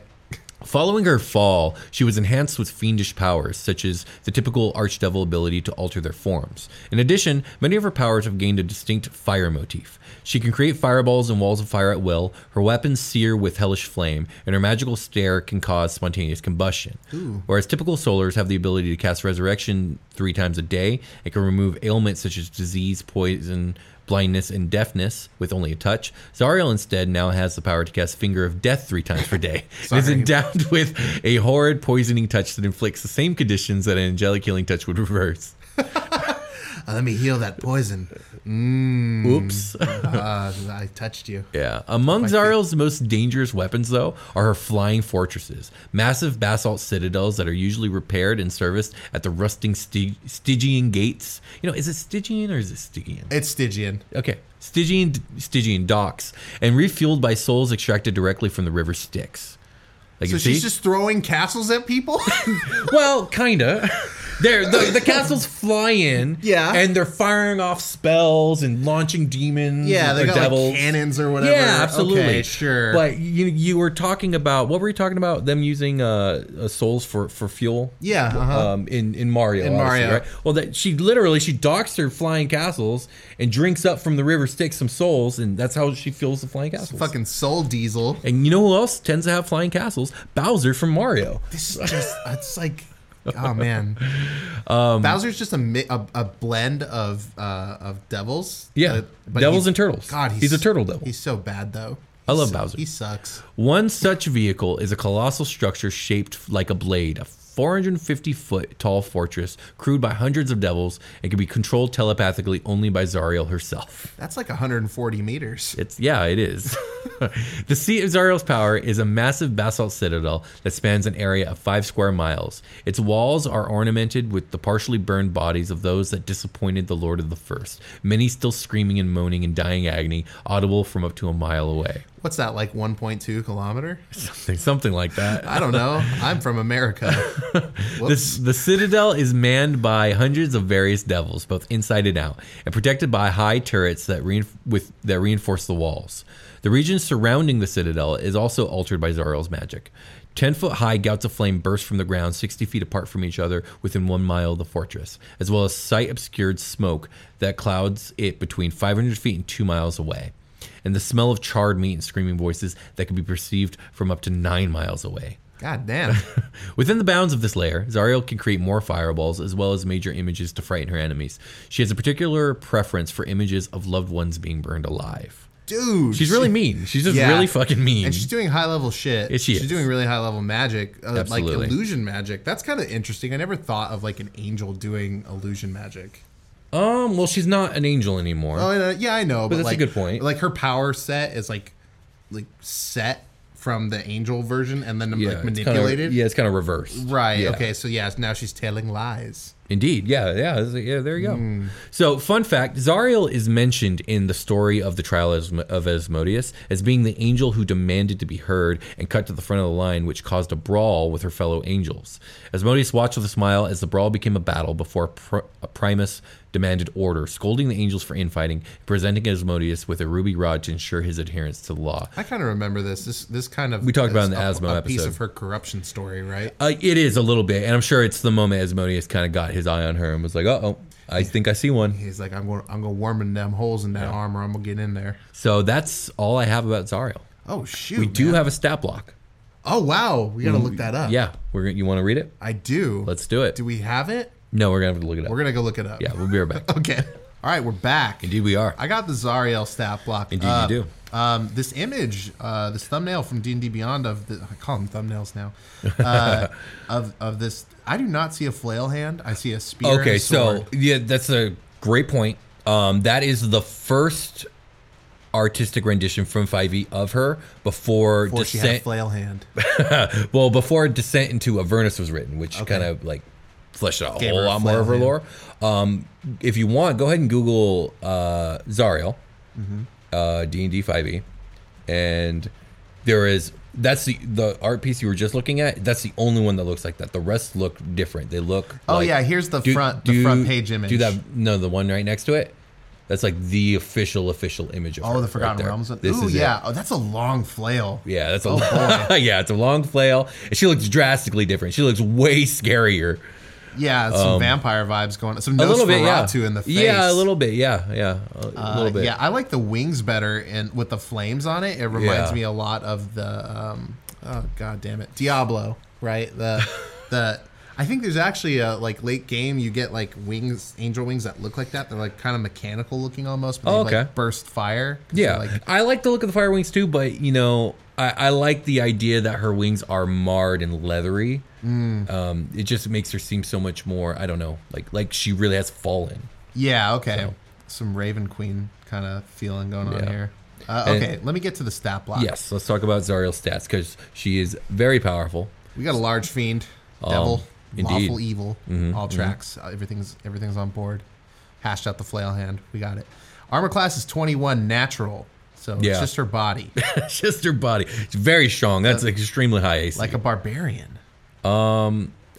D: Following her fall, she was enhanced with fiendish powers, such as the typical archdevil ability to alter their forms. In addition, many of her powers have gained a distinct fire motif. She can create fireballs and walls of fire at will, her weapons sear with hellish flame, and her magical stare can cause spontaneous combustion. Whereas typical solars have the ability to cast resurrection three times a day and can remove ailments such as disease, poison, blindness and deafness with only a touch. Zariel instead now has the power to cast Finger of Death three times per day. and is endowed with a horrid poisoning touch that inflicts the same conditions that an angelic healing touch would reverse.
C: Uh, let me heal that poison.
D: Oops.
C: Uh, I touched you.
D: Yeah. Among Zariel's most dangerous weapons, though, are her flying fortresses, massive basalt citadels that are usually repaired and serviced at the rusting Styg- Stygian gates. You know, is it Stygian or is it Stygian?
C: It's Stygian.
D: Okay. Stygian Stygian docks and refueled by souls extracted directly from the river Styx. Like
C: So
D: you see?
C: she's just throwing castles at people?
D: well, kinda. There, the, the castles fly in,
C: Yeah.
D: and they're firing off spells and launching demons,
C: yeah, they
D: or
C: got
D: devils.
C: like cannons or whatever.
D: Yeah, absolutely,
C: Okay, sure.
D: But you you were talking about what were you talking about? Them using uh, uh souls for for fuel.
C: Yeah, uh-huh.
D: Um, in in Mario.
C: In
D: obviously,
C: Mario.
D: right? Well, that she literally she docks her flying castles and drinks up from the river Styx some souls, and that's how she fuels the flying castles.
C: fucking soul diesel.
D: And you know who else tends to have flying castles? Bowser from Mario.
C: This is just, it's like, oh man.
D: Um,
C: Bowser's just a, mi- a, a blend of uh, of devils.
D: Yeah,
C: but- but
D: devils
C: he-
D: and turtles.
C: God, he's,
D: He's a turtle devil.
C: He's so bad though.
D: I love
C: He's-
D: Bowser.
C: He sucks.
D: One such vehicle is a colossal structure shaped like a blade, a 450 foot tall fortress crewed by hundreds of devils and can be controlled telepathically only by Zariel herself.
C: That's like 140 meters.
D: It's yeah, it is. the seat of Zariel's power is a massive basalt citadel that spans an area of five square miles. Its walls are ornamented with the partially burned bodies of those that disappointed the Lord of the First, many still screaming and moaning in dying agony, audible from up to a mile away.
C: What's that like 1.2 kilometer?
D: Something, something like that.
C: I don't know. I'm from America.
D: This, the citadel is manned by hundreds of various devils, both inside and out, and protected by high turrets that, reinf- with, that reinforce the walls. The region surrounding the citadel is also altered by Zariel's magic. Ten foot high gouts of flame burst from the ground, sixty feet apart from each other, within one mile of the fortress, as well as sight obscured smoke that clouds it between five hundred feet and two miles away, and the smell of charred meat and screaming voices that can be perceived from up to nine miles away.
C: God damn.
D: Within the bounds of this layer, Zariel can create more fireballs as well as major images to frighten her enemies. She has a particular preference for images of loved ones being burned alive.
C: Dude.
D: She's really mean. She's just
C: Yeah.
D: really fucking mean.
C: And she's doing high level shit.
D: Yeah, she
C: she's
D: is.
C: doing really high level magic, uh, like
D: Absolutely.
C: illusion magic. That's kind of interesting. I never thought of like an angel doing illusion magic.
D: um, well, she's not an angel anymore.
C: Oh, and, uh, yeah, I know, but,
D: that's a
C: like,
D: good point.
C: Like her power set is like, like set from the angel version, and then
D: yeah,
C: like
D: it's kinda-
C: manipulated.
D: yeah, it's kind of reversed.
C: Right.
D: Yeah.
C: Okay. So yeah, now she's telling lies.
D: Indeed, yeah, yeah, it's- yeah. There you go. So, fun fact: Zariel is mentioned in the story of the trial of Asm- of Asmodeus as being the angel who demanded to be heard and cut to the front of the line, which caused a brawl with her fellow angels. Asmodeus watched with a smile as the brawl became a battle before Pr- uh, Primus demanded order, scolding the angels for infighting, presenting Asmodeus with a ruby rod to ensure his adherence to the law.
C: I kind of remember this. This this kind of
D: We talked about
C: is
D: in the
C: a-
D: Asmo
C: a piece
D: episode.
C: of her corruption story, right?
D: Uh, it is a little bit, and I'm sure it's the moment Asmodeus kind of got his eye on her and was like, "Uh oh, I think I see one."
C: He's like, I'm going, to I'm going to warm in them holes in that armor. I'm gonna get in there.
D: So that's all I have about Zariel.
C: Oh shoot.
D: We do
C: man.
D: have a stat block.
C: Oh wow. We gotta look that up.
D: Yeah, we're gonna, you want to read it?
C: I do.
D: Let's do it.
C: Do we have it?
D: no, we're gonna have to look it up.
C: We're gonna go look it up.
D: yeah, we'll be right back.
C: Okay. All right, we're back.
D: Indeed, we are.
C: I got the Zariel stat block.
D: Indeed you
C: up.
D: do.
C: Um, this image, uh, this thumbnail from D and D Beyond of the, I call them thumbnails now. Uh, of of this, I do not see a flail hand. I see a spear. and a
D: okay, so
C: sword.
D: yeah, that's a great point. Um, that is the first artistic rendition from 5e of her before,
C: before she had a
D: descent.
C: flail hand,
D: well, before descent into Avernus was written, which kind of like fleshed out a
C: Gave
D: whole
C: her a
D: lot more of her
C: flail
D: lore. Um, if you want, go ahead and Google uh, Zariel.
C: Mm-hmm.
D: uh, D and D five E, and there is that's the the art piece you were just looking at. That's the only one that looks like that. The rest look different. They look.
C: Oh,
D: like-
C: yeah, here's the front- the front page image.
D: Do that no the one right next to it. That's like the official official image of her
C: Oh, the
D: right
C: Forgotten
D: there.
C: Realms. one.
D: This
C: Ooh,
D: is it.
C: yeah. Oh, that's a long flail.
D: Yeah, that's a
C: Oh, boy.
D: yeah, it's a long flail. And she looks drastically different. She looks way scarier.
C: Yeah, some vampire vibes going. Some
D: Um, A little bit, yeah.
C: Nosferatu in the face.
D: Yeah, a little bit, yeah, yeah, a
C: Uh,
D: little bit.
C: Yeah, I like the wings better, and with the flames on it, it reminds
D: Yeah.
C: me a lot of the. Um, oh god damn it, Diablo! Right, the the. I think there's actually a like late game you get like wings, angel wings that look like that. They're like kind of mechanical looking almost, but they
D: Oh, okay.
C: like burst fire. 'cause
D: Yeah,
C: they're, like,
D: I like the look of the fire wings too, but you know, I, I like the idea that her wings are marred and leathery.
C: Mm.
D: Um, it just makes her seem so much more. I don't know, like like she really has fallen.
C: yeah, okay, some Raven Queen kind of feeling going on
D: Yeah.
C: here. Uh,
D: And-
C: okay, let me get to the stat block.
D: Yes, let's talk about Zariel's stats because she is very powerful.
C: We got a large fiend, devil,
D: Um, indeed. Mm-hmm,
C: lawful evil, all tracks. Uh, Everything's everything's on board. Hashed out the flail hand. We got it. Armor class is 21 natural. So
D: Yeah.
C: it's just her body,
D: It's just her body. It's very strong. That's extremely high AC.
C: like a barbarian.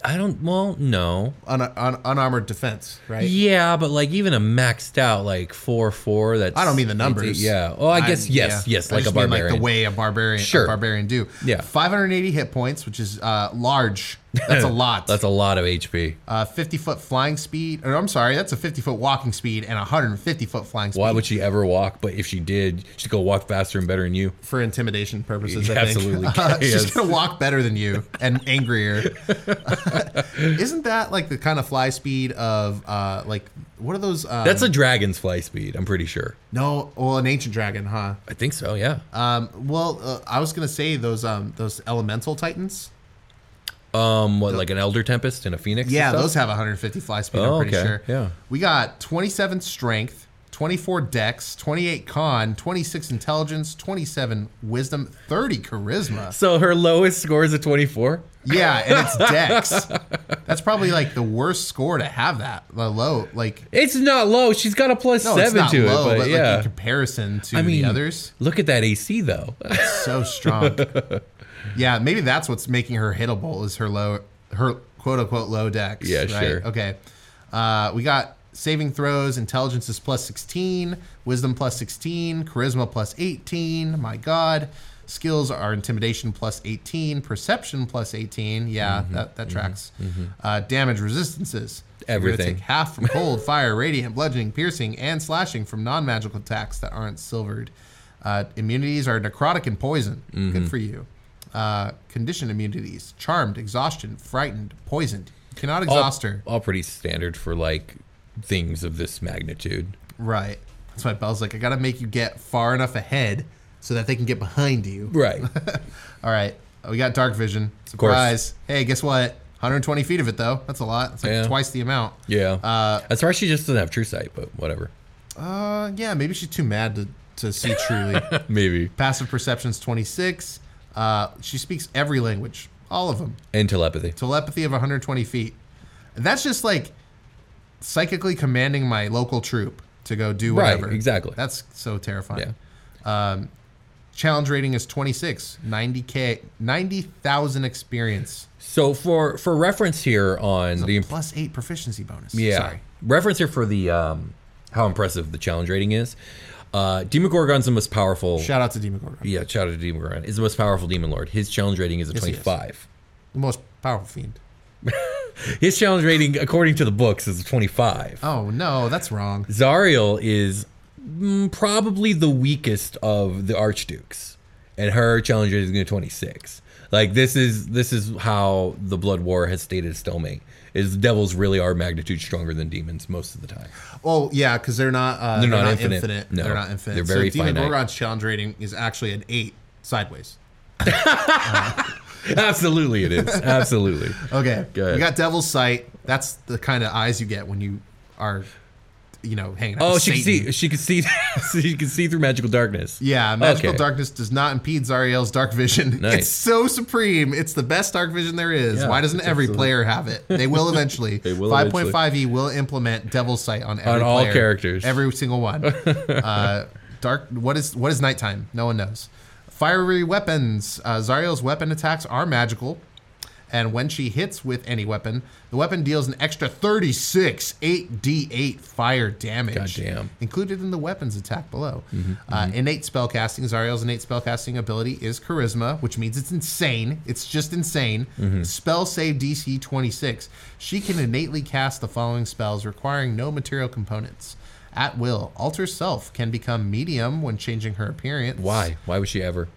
D: I don't. Well, no.
C: Un, un, unarmored defense, right?
D: Yeah, but like even a maxed out like four four. That's
C: I don't mean the numbers.
D: Yeah. Oh, I guess
C: I'm-
D: yes,
C: yeah.
D: yes.
C: I
D: Like a
C: just mean,
D: barbarian.
C: like the way a barbarian,
D: Sure.
C: a barbarian do.
D: Yeah.
C: 580 hit points, which is uh, large. That's a lot.
D: That's a lot of HP.
C: uh, 50 foot flying speed. Or I'm sorry, that's a 50 foot walking speed and 150 foot flying speed.
D: Why would she ever walk? But if she did, she'd go walk faster and better than you.
C: for intimidation purposes. I
D: Absolutely.
C: think. Uh,
D: Yes.
C: she's gonna walk better than you and angrier. Isn't that like the kind of fly speed of uh, like what are those? Um,
D: That's a dragon's fly speed. I'm pretty sure.
C: no, well, an ancient dragon, huh?
D: I think so. Yeah.
C: Um, well, uh, I was gonna say those um, those elemental titans.
D: Um, what like an elder tempest and a phoenix?
C: Yeah,
D: and
C: those
D: stuff?
C: have 150 fly speed.
D: Oh,
C: I'm pretty
D: okay.
C: sure.
D: Yeah.
C: we got 27 strength. 24 dex, 28 con, 26 intelligence, 27 wisdom, 30 charisma.
D: So her lowest score is a 24.
C: Yeah, and it's Dex. That's probably like the worst score to have that the low. Like
D: It's not low. She's got a plus
C: no,
D: seven
C: it's not
D: to
C: low,
D: it, but,
C: but,
D: yeah.
C: like in comparison to
D: I mean,
C: the others,
D: look at that AC though.
C: it's so strong. yeah, maybe that's what's making her hittable is her low, her quote unquote low Dex.
D: Yeah,
C: right?
D: sure.
C: Okay, uh, we got saving throws. Intelligence is plus sixteen, wisdom plus sixteen, charisma plus eighteen. My God. Skills are intimidation plus 18, perception plus 18. Yeah,
D: Mm-hmm.
C: that, that tracks. Uh, damage resistances. You're gonna
D: Everything.
C: take half from cold, fire, radiant, bludgeoning, piercing, and slashing from non magical attacks that aren't silvered. Uh, immunities are necrotic and poison.
D: Mm-hmm.
C: Good for you. Uh, condition immunities charmed, exhaustion, frightened, poisoned. You
D: Oh.
C: cannot exhaust her.
D: All pretty standard for like things of this magnitude.
C: Right. That's why Bell's like, I got to make you get far enough ahead so that they can get behind you.
D: Right.
C: All right. We got dark vision.
D: course.
C: Surprise. Hey, guess what? 120 feet of it, though. That's a lot. It's like
D: Yeah.
C: twice the amount.
D: yeah. As far as she just doesn't have true sight, but whatever.
C: Uh, yeah, maybe she's too mad to, to see truly.
D: Maybe.
C: Passive perception's 26. Uh, she speaks every language, all of them.
D: And telepathy.
C: Telepathy of 120 feet. That's just like psychically commanding my local troop to go do
D: Right,
C: whatever.
D: exactly.
C: That's so terrifying.
D: Yeah.
C: Um, challenge rating is 26, 90k, 90,000 experience,
D: So for for reference here on the
C: plus eight proficiency bonus.
D: Yeah.
C: Sorry.
D: Reference here for the um, how impressive the challenge rating is. Uh, Demogorgon's the most powerful.
C: Shout out to Demogorgon.
D: yeah, shout out to Demogorgon. Is the most powerful demon lord. His challenge rating is a
C: he is.
D: twenty-five.
C: The most powerful fiend.
D: His challenge rating, according to the books, is a twenty-five.
C: Oh, no, that's wrong.
D: Zariel is mm, probably the weakest of the archdukes, and her challenge rating is going to twenty-six. Like this is this is how the blood war has stated a stalemate. Is devils really are magnitude stronger than demons most of the time?
C: Oh yeah, because they're not uh,
D: They're
C: they're,
D: not
C: not,
D: infinite.
C: infinite.
D: No.
C: They're not infinite.
D: They're very
C: so
D: finite.
C: Demogorgon's challenge rating is actually an eight sideways.
D: Absolutely, it is. Absolutely.
C: Okay,
D: Go ahead.
C: we got Devil's Sight. That's the kind of eyes you get when you are, you know, hanging. out
D: Oh,
C: with
D: she can
C: Satan.
D: see. She can see. she can see through magical darkness.
C: Yeah, magical
D: Okay.
C: darkness does not impede Zariel's dark vision.
D: Nice.
C: It's so supreme. It's the best dark vision there is.
D: Yeah,
C: Why doesn't
D: it's
C: every
D: absolute-
C: player have it? They will eventually. they
D: will eventually.
C: 5.5e E will implement Devil's Sight on every
D: On all
C: player.
D: characters.
C: every single one. uh, dark. What is what is nighttime? No one knows. Fiery weapons. Uh, Zariel's weapon attacks are magical. And when she hits with any weapon, the weapon deals an extra 36 8d8 fire damage.
D: Goddamn.
C: Included in the weapons attack below.
D: Mm-hmm.
C: uh, Innate spellcasting. Zariel's innate spellcasting ability is charisma, which means it's insane. It's just insane.
D: Mm-hmm.
C: Spell save DC 26. She can innately cast the following spells requiring no material components. At will, alter self can become medium when changing her appearance.
D: Why? Why would she ever?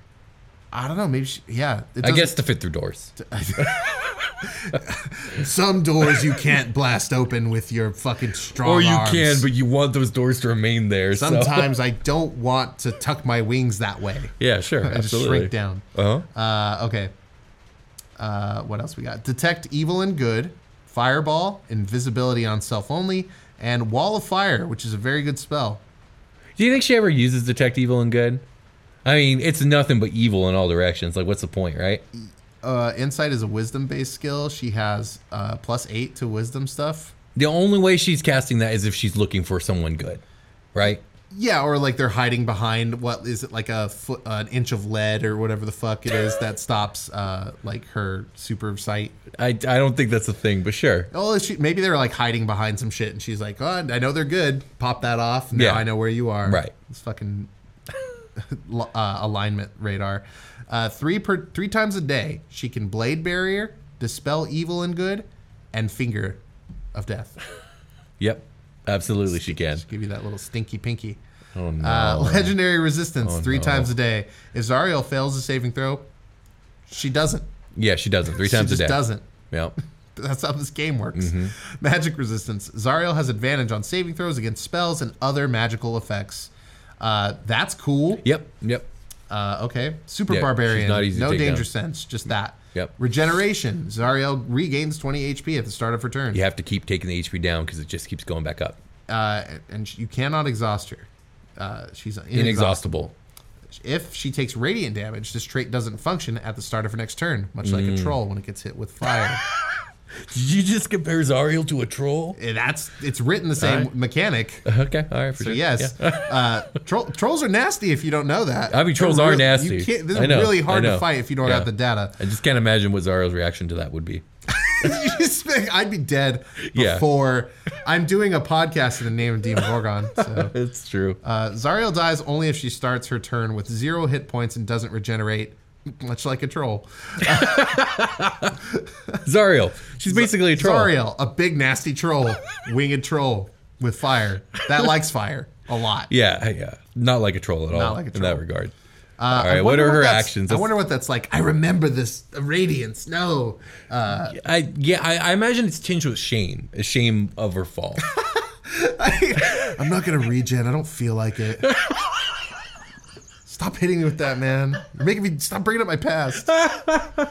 C: I don't know. Maybe she, yeah. It
D: I
C: doesn't-
D: guess to fit through doors.
C: some doors you can't blast open with your fucking strong
D: Or you
C: arms.
D: can, but you want those doors to remain there. so-
C: sometimes I don't want to tuck my wings that way.
D: Yeah, sure.
C: I just
D: absolutely.
C: shrink down.
D: Uh-huh.
C: Uh, okay. Uh, what else we got? Detect evil and good, fireball, invisibility on self only, and wall of fire, which is a very good spell.
D: Do you think she ever uses detect evil and good? I mean, it's nothing but evil in all directions. Like, what's the point, right?
C: Uh, insight is a wisdom based skill. She has uh, plus eight to wisdom stuff.
D: The only way she's casting that is if she's looking for someone good, right?
C: Yeah, or like they're hiding behind what is it like a foot, an inch of lead or whatever the fuck it is that stops uh, like her super sight.
D: I, I don't think that's a thing, but sure.
C: Oh, she, maybe they're like hiding behind some shit, and she's like, "Oh, I know they're good. Pop that off. Now
D: Yeah.
C: I know where you are."
D: Right.
C: It's fucking li- uh, alignment radar. Uh, three per three times a day, she can blade barrier, dispel evil and good, and finger of death.
D: Yep, absolutely, she can.
C: Just give you that little stinky pinky.
D: Oh no!
C: Uh, legendary resistance
D: Oh,
C: three
D: no.
C: times a day. If Zariel fails the saving throw, she doesn't.
D: yeah, she does it three times
C: she just
D: a day.
C: doesn't.
D: Yep.
C: That's how this game works.
D: Mm-hmm.
C: Magic resistance. Zariel has advantage on saving throws against spells and other magical effects. Uh, that's cool.
D: Yep. Yep.
C: Uh, okay. Super
D: Yeah, she's
C: barbarian.
D: not easy to
C: no
D: take
C: danger
D: down.
C: sense. Just that.
D: Yep.
C: Regeneration. Zariel regains 20 HP at the start of her turn.
D: You have to keep taking the HP down because it just keeps going back up.
C: Uh, and sh- you cannot exhaust her. Uh, she's inexhaustible.
D: Inexhaustible.
C: If she takes radiant damage, this trait doesn't function at the start of her next turn, much like
D: Mm.
C: a troll when it gets hit with fire.
D: Did you just compare Zariel to a troll?
C: And Eh, that's it's written the same
D: Alright.
C: mechanic.
D: Okay. All right. For
C: So
D: sure.
C: yes,
D: Yeah.
C: uh, troll, trolls are nasty if you don't know that.
D: I mean, trolls
C: They're
D: are
C: real-
D: nasty.
C: You can't, this
D: I
C: is
D: know,
C: really
D: I
C: hard to
D: know.
C: fight if you don't
D: Yeah.
C: have the data.
D: I just can't imagine what Zariel's reaction to that would be.
C: You just think, I'd be dead
D: Yeah.
C: before I'm doing a podcast in the name of Demon Gorgon. So.
D: It's true.
C: Uh, Zariel dies only if she starts her turn with zero hit points and doesn't regenerate, much like a troll.
D: Zariel. She's basically a troll.
C: Zariel, a big nasty troll, winged troll with fire that likes fire a lot.
D: Yeah, yeah. Not like a troll at all.
C: like a
D: In that
C: troll.
D: regard.
C: Uh,
D: all
C: I
D: right. What
C: wonder
D: are her
C: that's-
D: actions?
C: I wonder what that's like. I remember this radiance. No, uh,
D: I yeah. I, I imagine it's tinged with shame. A shame of her fall.
C: I'm not gonna regen. I don't feel like it. Stop hitting me with that, man. You're making me stop bringing up my past. All
D: All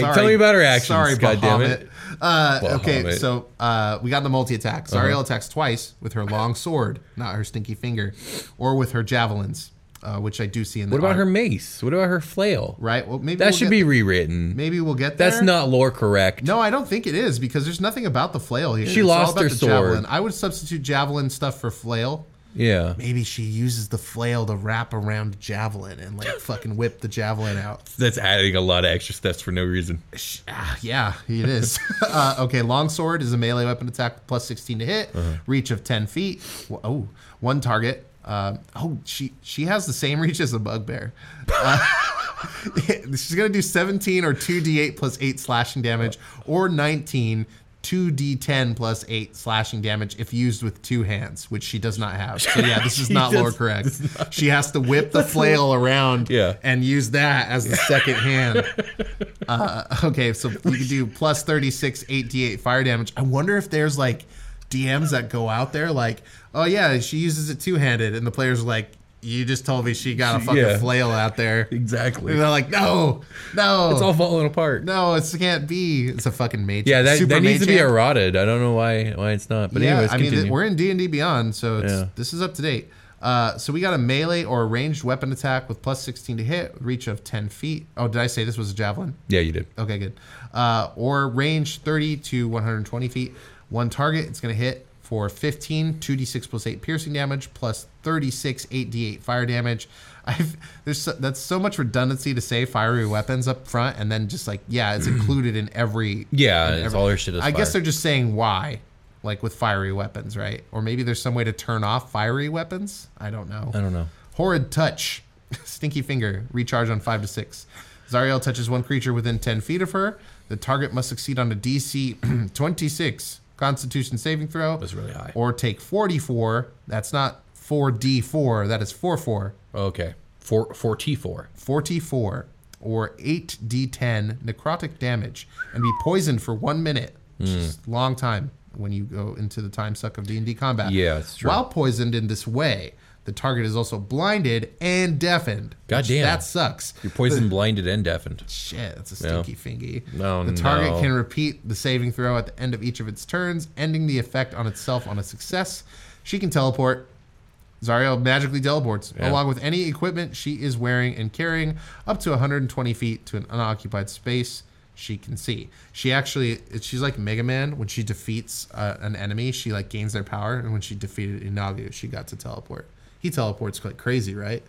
D: right. tell me about her actions.
C: Sorry,
D: God damn
C: Bahamut.
D: it.
C: Uh, okay,
D: Bahamut. Uh-huh.
C: so uh, we got the multi attack. Zariel attacks twice with her long sword, not her stinky finger, or with her javelins, uh, which I do see in the.
D: What about
C: art.
D: her mace? What about her flail?
C: Right. Well, maybe
D: That
C: we'll
D: should
C: get-
D: be rewritten.
C: Maybe we'll get there.
D: That's not lore correct.
C: No, I don't think it is because there's nothing about the flail here. It's
D: She
C: all
D: lost
C: about
D: her
C: the
D: sword.
C: Javelin. I would substitute javelin stuff for flail.
D: Yeah.
C: Maybe she uses the flail to wrap around the javelin and like fucking whip the javelin out.
D: That's adding a lot of extra steps for no reason.
C: Sh- ah, yeah, it is. uh, okay, longsword is a melee weapon attack with plus 16 to hit,
D: Uh-huh.
C: reach of 10 feet. Wh- Oh, one target. Um, oh, she she has the same reach as a bugbear. Uh, she's gonna do 17 or 2d8 plus 8 slashing damage, or 19 2d10 plus 8 slashing damage if used with two hands, which she does not have. So yeah, this is not
D: does-
C: lore correct. She has to whip the flail around
D: Yeah.
C: and use that as the second hand. Okay, so you can do plus 36, 8d8 fire damage. I wonder if there's like DMs that go out there like, oh yeah, she uses it two handed. And the player's are like, you just told me she got a fucking
D: Yeah.
C: flail out there. And
D: Exactly.
C: they're like, no, no.
D: It's all falling apart.
C: no, it can't be. It's a fucking mage.
D: Yeah, that,
C: super
D: that needs to be
C: mage hand.
D: eroded. I don't know why why it's not. But
C: yeah,
D: anyways,
C: I mean, th-
D: continue.
C: we're in D and D Beyond, so it's,
D: Yeah.
C: this is up to date. Uh, so we got a melee or a ranged weapon attack with plus 16 to hit, reach of 10 feet. Oh, did I say this was a javelin?
D: yeah, you did.
C: Okay, good. Uh, or range 30 to 120 feet. One target, it's going to hit for 15, 2d6 plus 8 piercing damage, plus 36 8d8 fire damage. I've there's so, that's so much redundancy to say fiery weapons up front, and then just like yeah, it's included in every
D: Yeah,
C: in
D: it's
C: every-
D: all their shit is
C: I guess
D: fire.
C: they're just saying why, like with fiery weapons, right? Or maybe there's some way to turn off fiery weapons. I don't know.
D: I don't know.
C: Horrid touch. Stinky finger. Recharge on 5 to 6. Zariel touches one creature within 10 feet of her. The target must succeed on a DC 26 Constitution saving throw.
D: That's really high.
C: Or take 44. That's not 4D4. That is 4 4.
D: Okay. Four four T four.
C: 44. Or 8D10 necrotic damage. And be poisoned for one minute. Which is
D: Hmm.
C: a long time when you go into the time suck of D&D combat.
D: Yeah, it's true.
C: While poisoned in this way, the target is also blinded and deafened.
D: God
C: which-
D: damn.
C: That sucks.
D: You're poisoned, blinded, and deafened.
C: Shit, that's a
D: Yeah.
C: stinky fingy.
D: No,
C: the target
D: no.
C: can repeat the saving throw at the end of each of its turns, ending the effect on itself on a success. She can teleport. Zariel magically teleports, along with any equipment she is wearing and carrying, up to 120 feet to an unoccupied space she can see. She actually, she's like Mega Man. When she defeats uh, an enemy, she like gains their power. And when she defeated Inagu, she got to teleport. He teleports like crazy, right?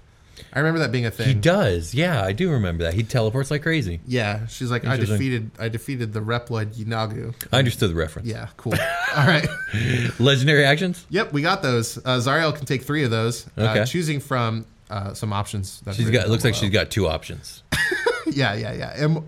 C: I remember that being a thing.
D: He does. Yeah, I do remember that. He teleports like crazy.
C: Yeah, she's like, I
D: Interesting.
C: defeated, I defeated the Reploid Yunagu.
D: I understood the reference.
C: Yeah, cool. All right.
D: Legendary actions.
C: Yep, we got those. Uh, Zariel can take three of those,
D: Okay.
C: uh, choosing from uh, some options. That
D: She's got. It looks like she's got two options.
C: Yeah, yeah, yeah. Im-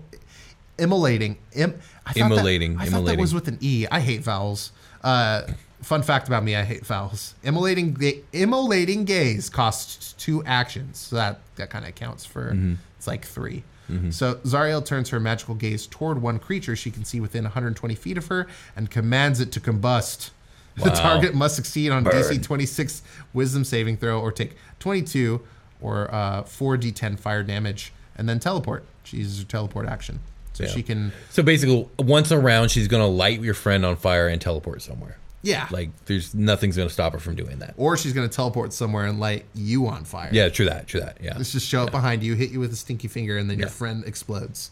C: immolating. Im- I thought
D: Immolating,
C: That, I thought
D: immolating.
C: that was with an E. I hate vowels. Uh, fun fact about me: I hate vowels. Immolating. Ga- immolating gaze costs two actions, so that that kind of accounts for
D: Mm-hmm.
C: it's like 3 So Zariel turns her magical gaze toward one creature she can see within 120 feet of her and commands it to combust. The target must succeed on DC 26 Wisdom saving throw or take 22 or uh, 4d10 fire damage and then teleport. She uses her teleport action. So
D: Yeah.
C: she can.
D: So basically, once around, she's gonna light your friend on fire and teleport somewhere.
C: Yeah.
D: Like there's nothing's gonna stop her from doing that.
C: Or she's going to teleport somewhere and light you on fire.
D: Yeah, true that. True that. Yeah.
C: Let's just show up behind you, hit you with a stinky finger, and then your
D: Yeah.
C: friend explodes.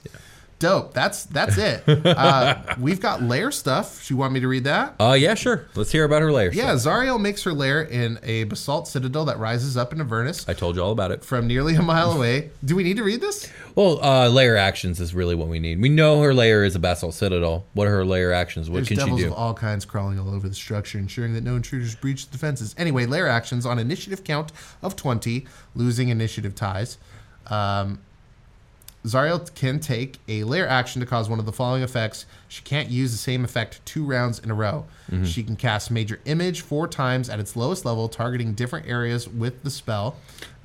C: Dope. That's that's it. uh, we've got lair stuff. You want me to read that?
D: Uh, yeah, sure. Let's hear about her layer.
C: yeah, Zariel makes her lair in a basalt citadel that rises up in Avernus
D: I told you all about it.
C: from nearly a mile away. Do we need to read this?
D: Well, uh, layer actions is really what we need. We know her layer is a basalt citadel. What are her layer actions? What
C: There's
D: can she
C: devils
D: do?
C: of all kinds crawling all over the structure, ensuring that no intruders breach the defenses. Anyway, lair actions on initiative count of 20, losing initiative ties. Um, Zariel can take a lair action to cause one of the following effects. She can't use the same effect two rounds in a row.
D: Mm-hmm.
C: She can cast Major Image four times at its lowest level, targeting different areas with the spell.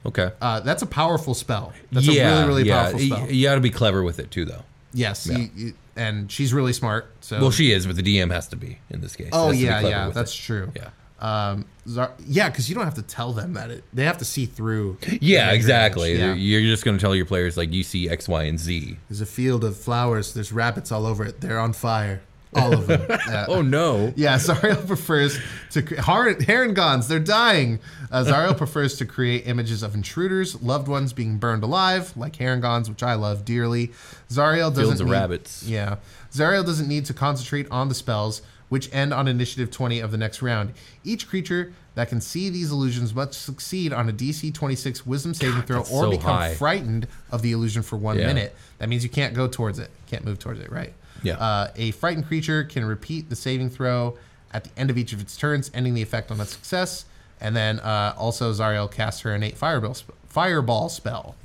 D: okay.
C: Uh, that's a powerful spell. That's a really, really powerful
D: Y-
C: spell.
D: You, got to be clever with it too, though.
C: yes. you- you- and she's really smart. So
D: Well, she is, but the DM has to be in this case.
C: Oh
D: Has to be
C: yeah,
D: clever
C: yeah,
D: with
C: that's
D: it.
C: true.
D: Yeah.
C: Um, Zar- yeah, because you don't have to tell them that it. They have to see through. the
D: Yeah,
C: major
D: exactly.
C: image. Yeah.
D: You're just going to tell your players like you see X, Y, and Z.
C: There's a field of flowers. There's rabbits all over it. They're on fire. All of them. Yeah.
D: Oh no.
C: Yeah, Zariel prefers to cre- Har- Herringons. They're dying. Uh, Zariel prefers to create images of intruders, loved ones being burned alive, like Herringons, which I love dearly. Zariel doesn't
D: of
C: need-
D: rabbits.
C: Yeah, Zariel doesn't need to concentrate on the spells, which end on initiative 20 of the next round. Each creature that can see these illusions must succeed on a DC 26 Wisdom saving throw
D: that's
C: or
D: so
C: become
D: high.
C: frightened of the illusion for one
D: Yeah.
C: minute. That means you can't go towards it, can't move towards it, right?
D: Yeah.
C: Uh, a frightened creature can repeat the saving throw at the end of each of its turns, ending the effect on a success. And then uh, also Zariel casts her innate fireball, sp- fireball spell.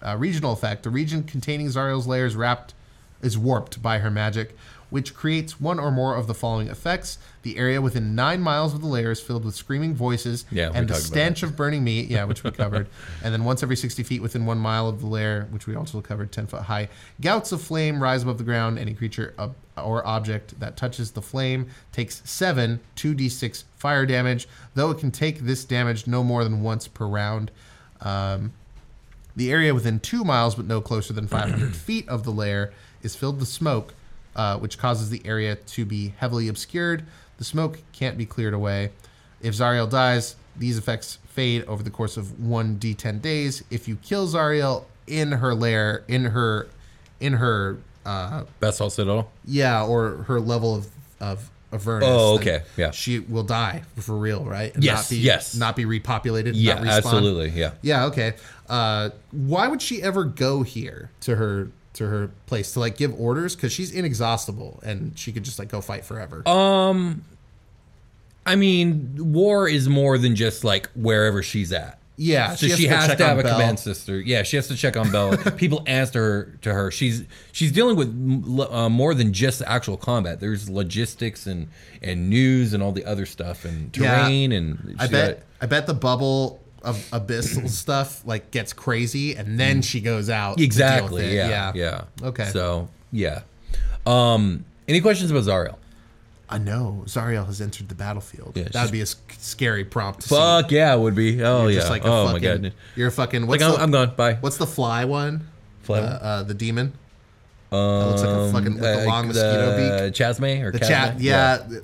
C: Uh, regional effect: the region containing Zariel's lair is wrapped, is warped by her magic, which creates one or more of the following effects. The area within nine miles of the lair is filled with screaming voices
D: Yeah, we
C: and the
D: talked about
C: stench bunch of burning meat, yeah, which we covered. and then once every 60 feet within one mile of the lair, which we also covered 10 foot high, gouts of flame rise above the ground. Any creature ob- or object that touches the flame takes 7 2d6 fire damage, though it can take this damage no more than once per round. Um, the area within two miles, but no closer than 500 feet of the lair, is filled with smoke, uh, which causes the area to be heavily obscured. The smoke can't be cleared away. If Zariel dies, these effects fade over the course of 1d10 days. If you kill Zariel in her lair, in her, in her, uh,
D: Basalt citadel.
C: yeah, or her level of of Avernus.
D: Oh,
C: then
D: okay, yeah.
C: She will die for real, right? And Not
D: Yes,
C: be,
D: yes.
C: Not be repopulated.
D: Yeah,
C: Not respawn.
D: absolutely. Yeah.
C: Yeah. Okay. Uh, why would she ever go here to her to her place to like give orders? Because she's inexhaustible and she could just like go fight forever.
D: Um, I mean, war is more than just like wherever she's at.
C: yeah.
D: So she has,
C: check
D: to
C: on
D: have a
C: Bell.
D: command sister. Yeah, she has to check on Bell. People asked her to her. She's she's dealing with m- l- uh, more than just the actual combat. There's logistics and and news and all the other stuff and
C: Yeah.
D: terrain and
C: I
D: she
C: bet.
D: got-
C: I bet the bubble of abyssal stuff like gets crazy, and then she goes out. to deal with
D: Mm. exactly.
C: it.
D: Yeah, yeah.
C: Okay.
D: So yeah. Um. Any questions about Zariel?
C: I know Zariel has entered the battlefield.
D: Yeah,
C: that
D: she's-
C: would be a sc- scary prompt. To see.
D: Fuck yeah, it would be. Oh yeah.
C: Just like a
D: oh
C: fucking,
D: my god.
C: You're a fucking.
D: Like
C: What's
D: I'm,
C: the,
D: I'm gone. Bye.
C: What's the fly one?
D: Fly
C: uh,
D: one?
C: uh, the demon. Um, looks like a fucking with the
D: Uh,
C: long mosquito beak.
D: Chasme or
C: The
D: Chasme?
C: chat, yeah, th-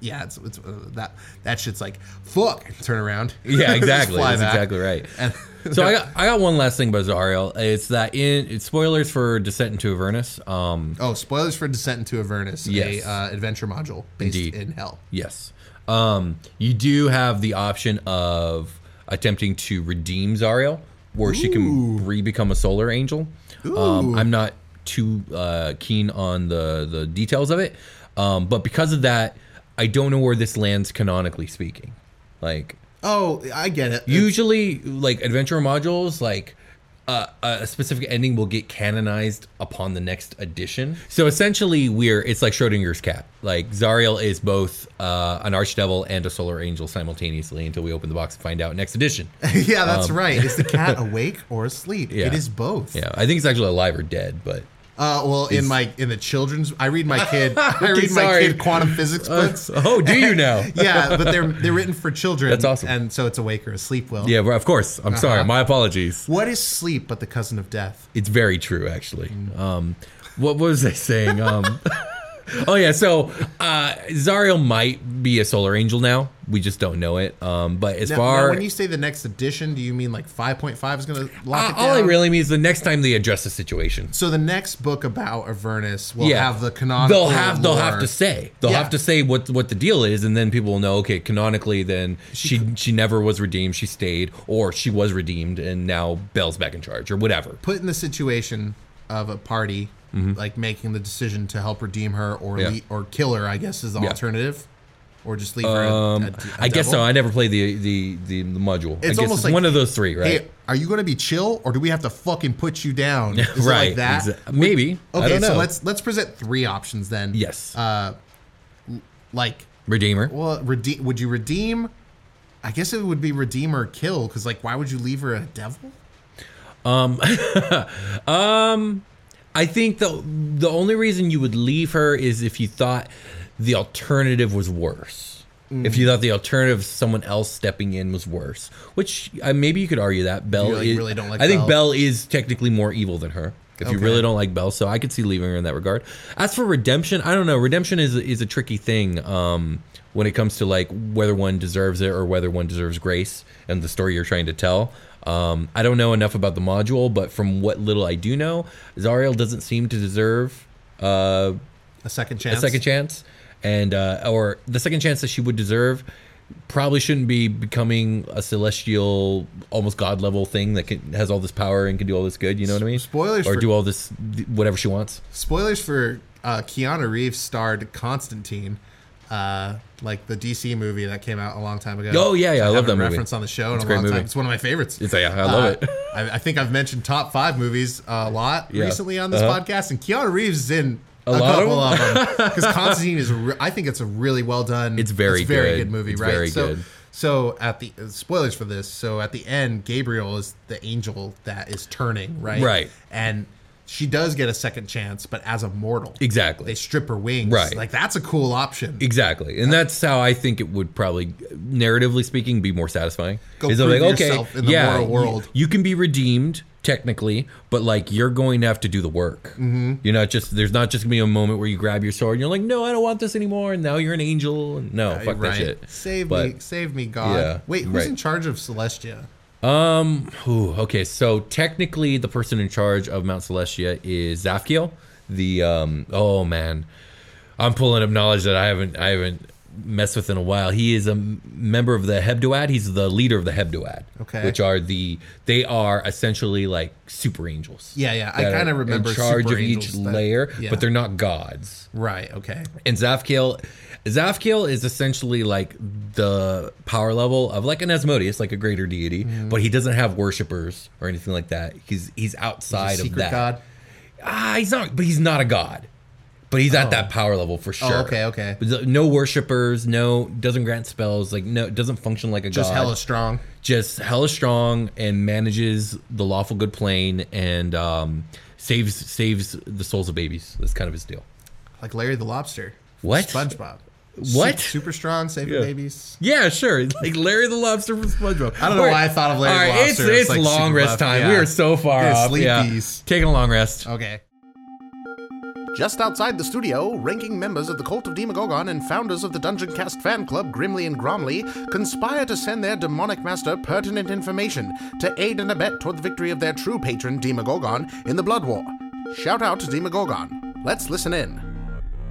C: yeah, it's, it's uh, that that shit's like fuck. Turn around.
D: Yeah,
C: Just
D: exactly.
C: fly
D: That's
C: back.
D: exactly right.
C: And-
D: so I got I got one last thing about Zariel. It's that in it's spoilers for Descent into Avernus. Um,
C: Oh, spoilers for Descent into Avernus,
D: Yes.
C: a uh, adventure module based
D: Indeed.
C: in Hell.
D: yes, um, you do have the option of attempting to redeem Zariel, where she can re become a Solar Angel. Um, I'm not too uh, keen on the the details of it, um, but because of that, I don't know where this lands canonically speaking. Like
C: Oh, I get it.
D: usually like adventure modules like uh, a specific ending will get canonized upon the next edition so essentially we're it's like schrodinger's cat like zariel is both uh, an archdevil and a solar angel simultaneously until we open the box and find out next edition
C: yeah, that's right. Is the cat awake or asleep?
D: um, Yeah.
C: It is both.
D: yeah i think it's actually alive or dead but
C: Uh, well, in my in the children's, I read my kid. I read my
D: Sorry.
C: kid quantum physics books.
D: oh do you know
C: Uh, yeah, but they're they're written for children.
D: That's awesome.
C: And so it's awake or asleep. Will.
D: yeah well, of course i'm sorry my apologies
C: What is sleep but the cousin of death?
D: It's very true, actually. Um, what was I saying? Um, oh yeah, so uh, Zariel might be a solar angel now. We just don't know it. Um, but as
C: Now,
D: far
C: now, when you say the next edition, do you mean like five point five is going to lock
D: Uh,
C: it down?
D: all I really mean is the next time they address the situation.
C: So the next book about Avernus will
D: yeah,
C: have the canonical.
D: They'll have they'll have
C: lore.
D: to say they'll
C: Yeah.
D: have to say what what the deal is, and then people will know. Okay, canonically, then she she, never was redeemed. She stayed, or she was redeemed, and now Belle's back in charge, or whatever.
C: put in the situation of a party like making the decision to help redeem her or
D: Mm-hmm. Yeah.
C: le- or kill her, I guess is the
D: Yeah.
C: alternative, or just leave her. a-
D: Um,
C: a,
D: I guess so.
C: devil?
D: I never played the the the, the module. I
C: It's
D: guess
C: almost like
D: one of those three, right?
C: Hey, are you going to be chill, or do we have to fucking put you down? Is it
D: right.
C: like that.
D: exa- Maybe.
C: Okay,
D: I don't know.
C: so let's let's present three options then.
D: Yes.
C: Uh, l- like,
D: Redeemer.
C: well, redeem. Would you redeem? I guess it would be redeem or kill, because like, why would you leave her a devil?
D: I think the the only reason you would leave her is if you thought the alternative was worse. If
C: Mm.
D: you thought the alternative, of someone else stepping in, was worse, which uh, maybe you could argue that Belle
C: like,
D: is.
C: really don't like
D: I think
C: Belle.
D: Belle is technically more evil than her. If you
C: Okay.
D: really don't like Belle, so I could see leaving her in that regard. As for redemption, I don't know. Redemption is is a tricky thing um, when it comes to like whether one deserves it or whether one deserves grace and the story you're trying to tell. Um, I don't know enough about the module, but from what little I do know, Zariel doesn't seem to deserve uh,
C: A second
D: a
C: chance.
D: second chance, and uh, or the second chance that she would deserve probably shouldn't be becoming a celestial, almost god level thing that can, has all this power and can do all this good. You know what I mean?
C: spoilers
D: or
C: for-
D: do all this th- whatever she wants.
C: Spoilers for uh, Keanu Reeves starred Constantine, uh, like the DC movie that came out a long time ago.
D: Oh, yeah, yeah, I love
C: haven't
D: that movie.
C: referenced on the show in
D: It's a
C: a
D: great
C: long
D: movie.
C: time. It's one of my favorites.
D: It's like, I love
C: Uh,
D: it.
C: I, I think I've mentioned top five movies a lot
D: Yeah.
C: recently on this
D: Uh-huh.
C: podcast, and Keanu Reeves is in a,
D: lot of
C: couple of them because Constantine is. a Re- I think it's a really well done.
D: It's very
C: very
D: good.
C: good, movie,
D: It's
C: right?
D: very
C: so,
D: good.
C: so at the uh, spoilers for this, so at the end, Gabriel is the angel that is turning, right?
D: Right.
C: and. She does get a second chance, but as a mortal.
D: Exactly.
C: They strip her wings.
D: Right.
C: Like, that's a cool option.
D: Exactly, and that's how I think it would probably, narratively speaking, be more satisfying.
C: Go
D: Is I'm
C: prove yourself in the moral
D: you-
C: world.
D: You, can be redeemed technically, but like you're going to have to do the work. Mm-hmm. You're not just there's not just gonna be a moment where you grab your sword and you're like, no, I don't want this anymore, and now you're an angel. And no, fuck that shit.
C: Save me,
D: But-
C: save me, God.
D: Yeah,
C: Wait, who's
D: right.
C: in charge of Celestia?
D: Ooh, Um, okay, so technically, the person in charge of Mount Celestia is Zafkiel. The um, oh man, I'm pulling up knowledge that I haven't I haven't messed with in a while. He is a m- member of the Hebdoad. He's the leader of the Hebdoad.
C: Okay.
D: Which are the they are essentially like super angels.
C: Yeah, yeah, I
D: that are
C: kinda remember
D: in charge
C: super
D: of each
C: angels that-
D: layer,
C: yeah.
D: but they're not gods.
C: Right. Okay.
D: And Zavkiel Zavkiel is essentially like the power level of like an Asmodeus, like a greater deity,
C: Mm-hmm.
D: but he doesn't have worshippers or anything like that. He's he's outside of
C: Secret
D: that.
C: god.
D: Ah, he's not, but he's not a god. But he's at that power level for sure.
C: Oh. okay, okay.
D: But No worshippers. No, doesn't grant spells. Like no, doesn't function like a
C: Just
D: god.
C: hella strong.
D: Just hella strong and manages the lawful good plane and um, saves saves the souls of babies. That's kind of his deal.
C: Like Larry the Lobster.
D: What?
C: SpongeBob.
D: What?
C: Super, super strong, saving
D: Yeah.
C: babies.
D: Yeah, sure. It's Like Larry the Lobster from SpongeBob.
C: I don't know
D: All
C: why I thought of Larry the
D: all
C: Lobster.
D: It's,
C: It's
D: it's
C: like
D: long
C: super
D: rest
C: buff,
D: time.
C: yeah.
D: We are so far
C: Yeah,
D: off. Yeah.
C: sleepies. Oh.
D: Taking a long rest.
C: Okay.
F: Just outside the studio, ranking members of the Cult of Demagogon and founders of the Dungeon Cast fan club, Grimly and Gromley, conspire to send their demonic master pertinent information to aid and abet toward the victory of their true patron, Demagogon, in the Blood War. Shout out to Demagogon. Let's listen in.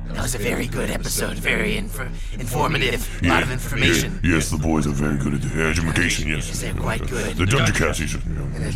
H: That was a very good episode. Very infor- informative. A lot of information.
E: Yeah, yes, the boys are very good at their education, yes.
H: They're quite good.
E: The Dungeon Cast is is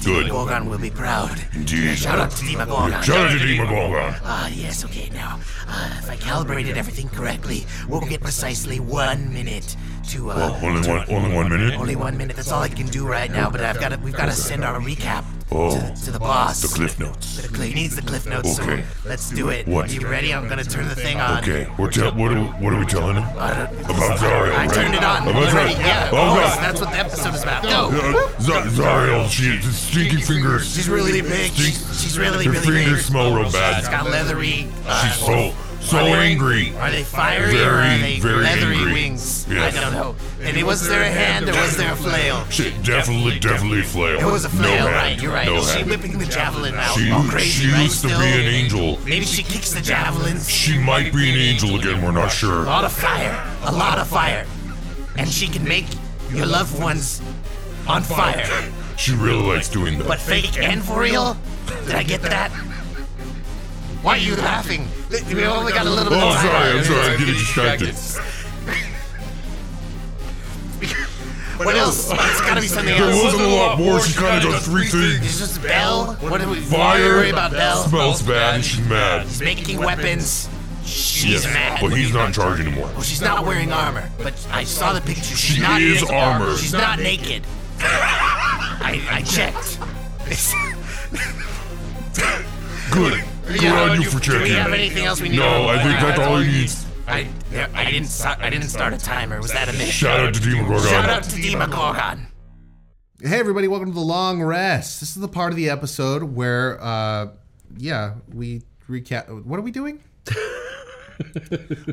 E: good.
H: Gorgon will be proud.
E: Indeed.
H: Shout out to Dima Gorgon.
E: Shout out to Demogorgon.
H: Ah, yes, okay, now. Uh, if I calibrated everything correctly, we'll get precisely one minute to, uh...
E: Oh, only one, only one minute.
H: only one minute. That's all I can do right now. But I've got to, we've got to send our recap
E: Oh,
H: to, to the boss.
E: the Cliff Notes.
H: The cl- he needs the cliff notes.
E: Okay.
H: So let's do it.
E: What?
H: Are you ready? I'm gonna turn the thing on.
E: Okay, we're tell, what, are, what are we telling him?
H: I don't-
E: About Zariel,
H: I
E: right?
H: turned it on.
E: About
H: already.
E: Zariel.
H: Yeah.
E: Oh,
H: Oh,
E: God.
H: That's what the episode is about. Go.
E: Uh, Z- Zariel, she, the stinky fingers.
H: Oh. She's really big.
E: Stink-
H: She's, she's really,
E: Her
H: really
E: fingers
H: big.
E: smell real bad.
H: She's got leathery. Uh,
E: She's so, so
H: are they-
E: angry.
H: Are they fiery or
E: Very,
H: are they
E: very
H: leathery
E: angry.
H: wings?
E: Yes.
H: I don't know. And it was there a hand or was there a flail?
E: She definitely, definitely flail.
H: It was a flail,
E: no
H: right?
E: Hand.
H: You're right.
E: No
H: she
E: hand.
H: whipping the javelin out.
E: She,
H: all crazy,
E: she
H: right?
E: used to
H: Still,
E: be an angel.
H: Maybe she kicks the javelins.
E: She might be an angel again, we're not sure.
H: A lot of fire. A lot of fire. And she can make your loved ones on fire.
E: She really likes doing that.
H: But fake and for real? Did I get that? Why are you laughing? We only got a little
E: oh,
H: bit of
E: I'm
H: time.
E: sorry, I'm sorry, I'm getting distracted.
H: What else? It's gotta be something
E: Oh. There
H: else.
E: wasn't a lot more, she kinda does three things.
H: It's just Bell. What do we why do we
E: Fire,
H: worry about Bell?
E: smells bad, and she's mad.
H: She's making weapons. She's
E: Yes,
H: mad.
E: but he's not in charge anymore.
H: Well, she's not wearing armor, but I saw the picture. She's
E: She
H: not
E: is armor.
H: She's not naked. I, I checked.
E: Good. Good on you for
H: Do we have
E: checking.
H: anything else we need?
E: No, I think that's all he needs.
H: I, there- I didn't. sa- I didn't start a timer. Was that a minute?
E: Shout out to Demogorgon.
H: Shout out to Demogorgon.
C: Hey everybody, welcome to the long rest. This is the part of the episode where, uh, yeah, we recap. What are we doing?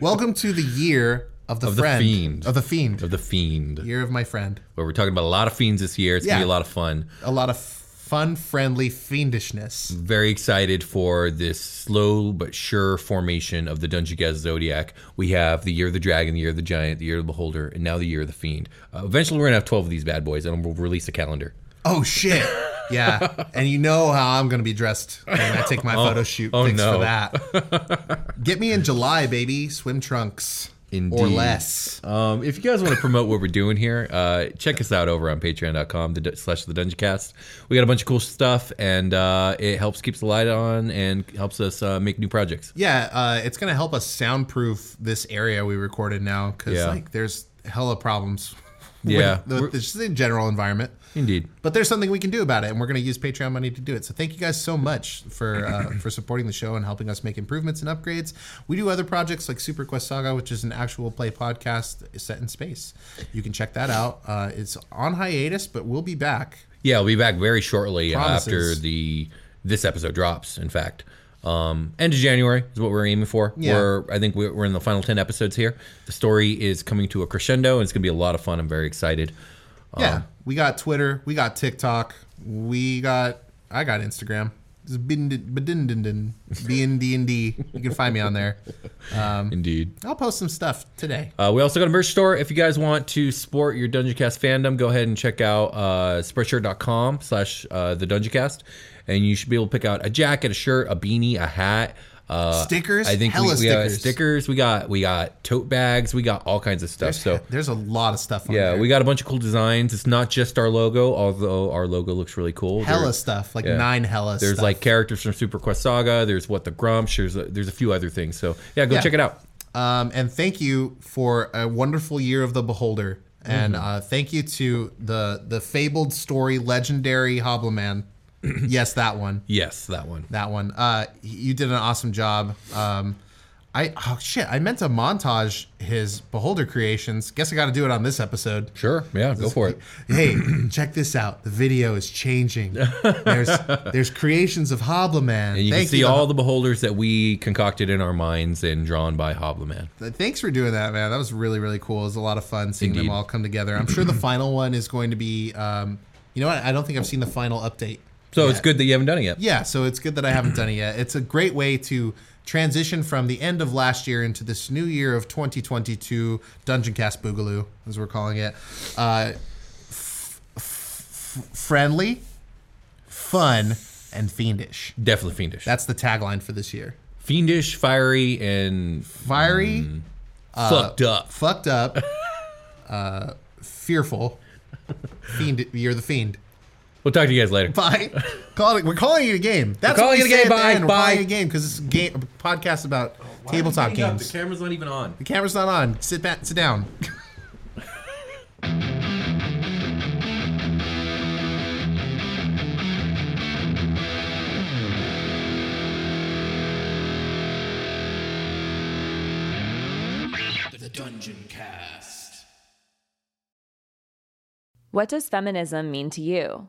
C: welcome to the year of the
D: Of the
C: friend
D: fiend.
C: of the fiend,
D: Of the fiend.
C: year of my friend.
D: But we're talking about a lot of fiends this year. It's gonna be
C: Yeah.
D: a lot of fun.
C: A lot of fun, friendly fiendishness.
D: very excited for this slow but sure formation of the Dungeon Gaz Zodiac. We have the Year of the Dragon, the Year of the Giant, the Year of the Beholder, and now the Year of the Fiend. Uh, eventually, we're gonna have twelve of these bad boys, and we'll release a calendar.
C: Oh shit! Yeah, and you know how I'm gonna be dressed when I take my photo shoot.
D: oh,
C: Thanks
D: no.
C: for that. Get me in July, baby. Swim trunks or
D: Indeed.
C: less.
D: Um, if you guys want to promote what we're doing here, uh, check us out over on patreon.com the, slash the dungeon cast. We got a bunch of cool stuff, and uh, it helps keeps the light on and helps us uh, make new projects.
C: Yeah, uh, it's gonna help us soundproof this area we recorded now because
D: Yeah.
C: like there's hella problems. with-
D: Yeah.
C: with, just the general environment.
D: Indeed.
C: But there's something we can do about it, and we're gonna use Patreon money to do it. So thank you guys so much for uh, for supporting the show and helping us make improvements and upgrades. We do other projects like Super Quest Saga, which is an actual play podcast set in space. You can check that out. Uh, it's on hiatus, but we'll be back.
D: Yeah, we'll be back very shortly uh,
C: Promises.
D: after the this episode drops. In fact, um, end of January is what we're aiming for.
C: Yeah.
D: We're I think we're, we're in the final ten episodes here. The story is coming to a crescendo, and it's gonna be a lot of fun. I'm very excited. Uh-huh.
C: Yeah, we got Twitter, we got TikTok, we got I got Instagram. It's bin- bin- din- din- BND&D. You can find me on there.
D: Indeed.
C: I'll post some stuff today.
D: Uh, we also got a merch store. If you guys want to support your Dungeon Cast fandom, go ahead and check out uh, spreadshirt.com slash uh, the Dungeon Cast. And you should be able to pick out a jacket, a shirt, a beanie, a hat, Uh,
C: Stickers?
D: I think we,
C: Hella
D: we got
C: stickers.
D: stickers. We got we got tote bags. We got all kinds of stuff. so
C: There's a lot of stuff. On
D: yeah,
C: there.
D: we got a bunch of cool designs. It's not just our logo, although our logo looks really cool.
C: hella
D: There-
C: stuff. Like
D: yeah.
C: nine hella.
D: There's
C: stuff.
D: like characters from Super Quest Saga. There's what the Grumps. There's a, there's a few other things. So yeah, go
C: Yeah.
D: check it out.
C: Um, and thank you for a wonderful year of the Beholder. And
D: Mm-hmm.
C: uh, thank you to the the fabled story, legendary Hobloman. yes, that one.
D: Yes, that one.
C: That one. Uh, you did an awesome job. Um, I oh shit, I meant to montage his Beholder creations. Guess I got to do it on this episode.
D: Sure. Yeah, go for it.
C: Hey, check this out. The video is changing. There's there's creations of Hobloman.
D: And you
C: Thank
D: can see
C: to-
D: all the beholders that we concocted in our minds and drawn by Hobloman.
C: Thanks for doing that, man. That was really, really cool. It was a lot of fun seeing
D: Indeed.
C: them all come together. I'm sure the final one is going to be, um, you know what? I don't think I've seen the final update.
D: So it's good that you haven't done it yet.
C: Yeah, so it's good that I haven't done it yet. It's a great way to transition from the end of last year into this new year of 2022 Dungeon Cast Boogaloo, as we're calling it. Uh, f- f- friendly, fun, and fiendish.
D: Definitely fiendish.
C: That's the tagline for this year.
D: fiendish, fiery, and
C: Fiery, Uh,
D: fucked up.
C: fucked up, uh, fearful. Fiend, you're the fiend.
D: We'll talk to you guys later.
C: Bye. Call it, we're calling it a game. That's what
D: calling it
C: we
D: a
C: say
D: game.
C: at the
D: Bye.
C: end. We're
D: Bye.
C: calling it a game because it's a game a podcast about tabletop games.
D: The camera's not even on.
C: the camera's not on. Sit back. Sit down.
I: The Dungeon Cast.
H: What does feminism mean to you?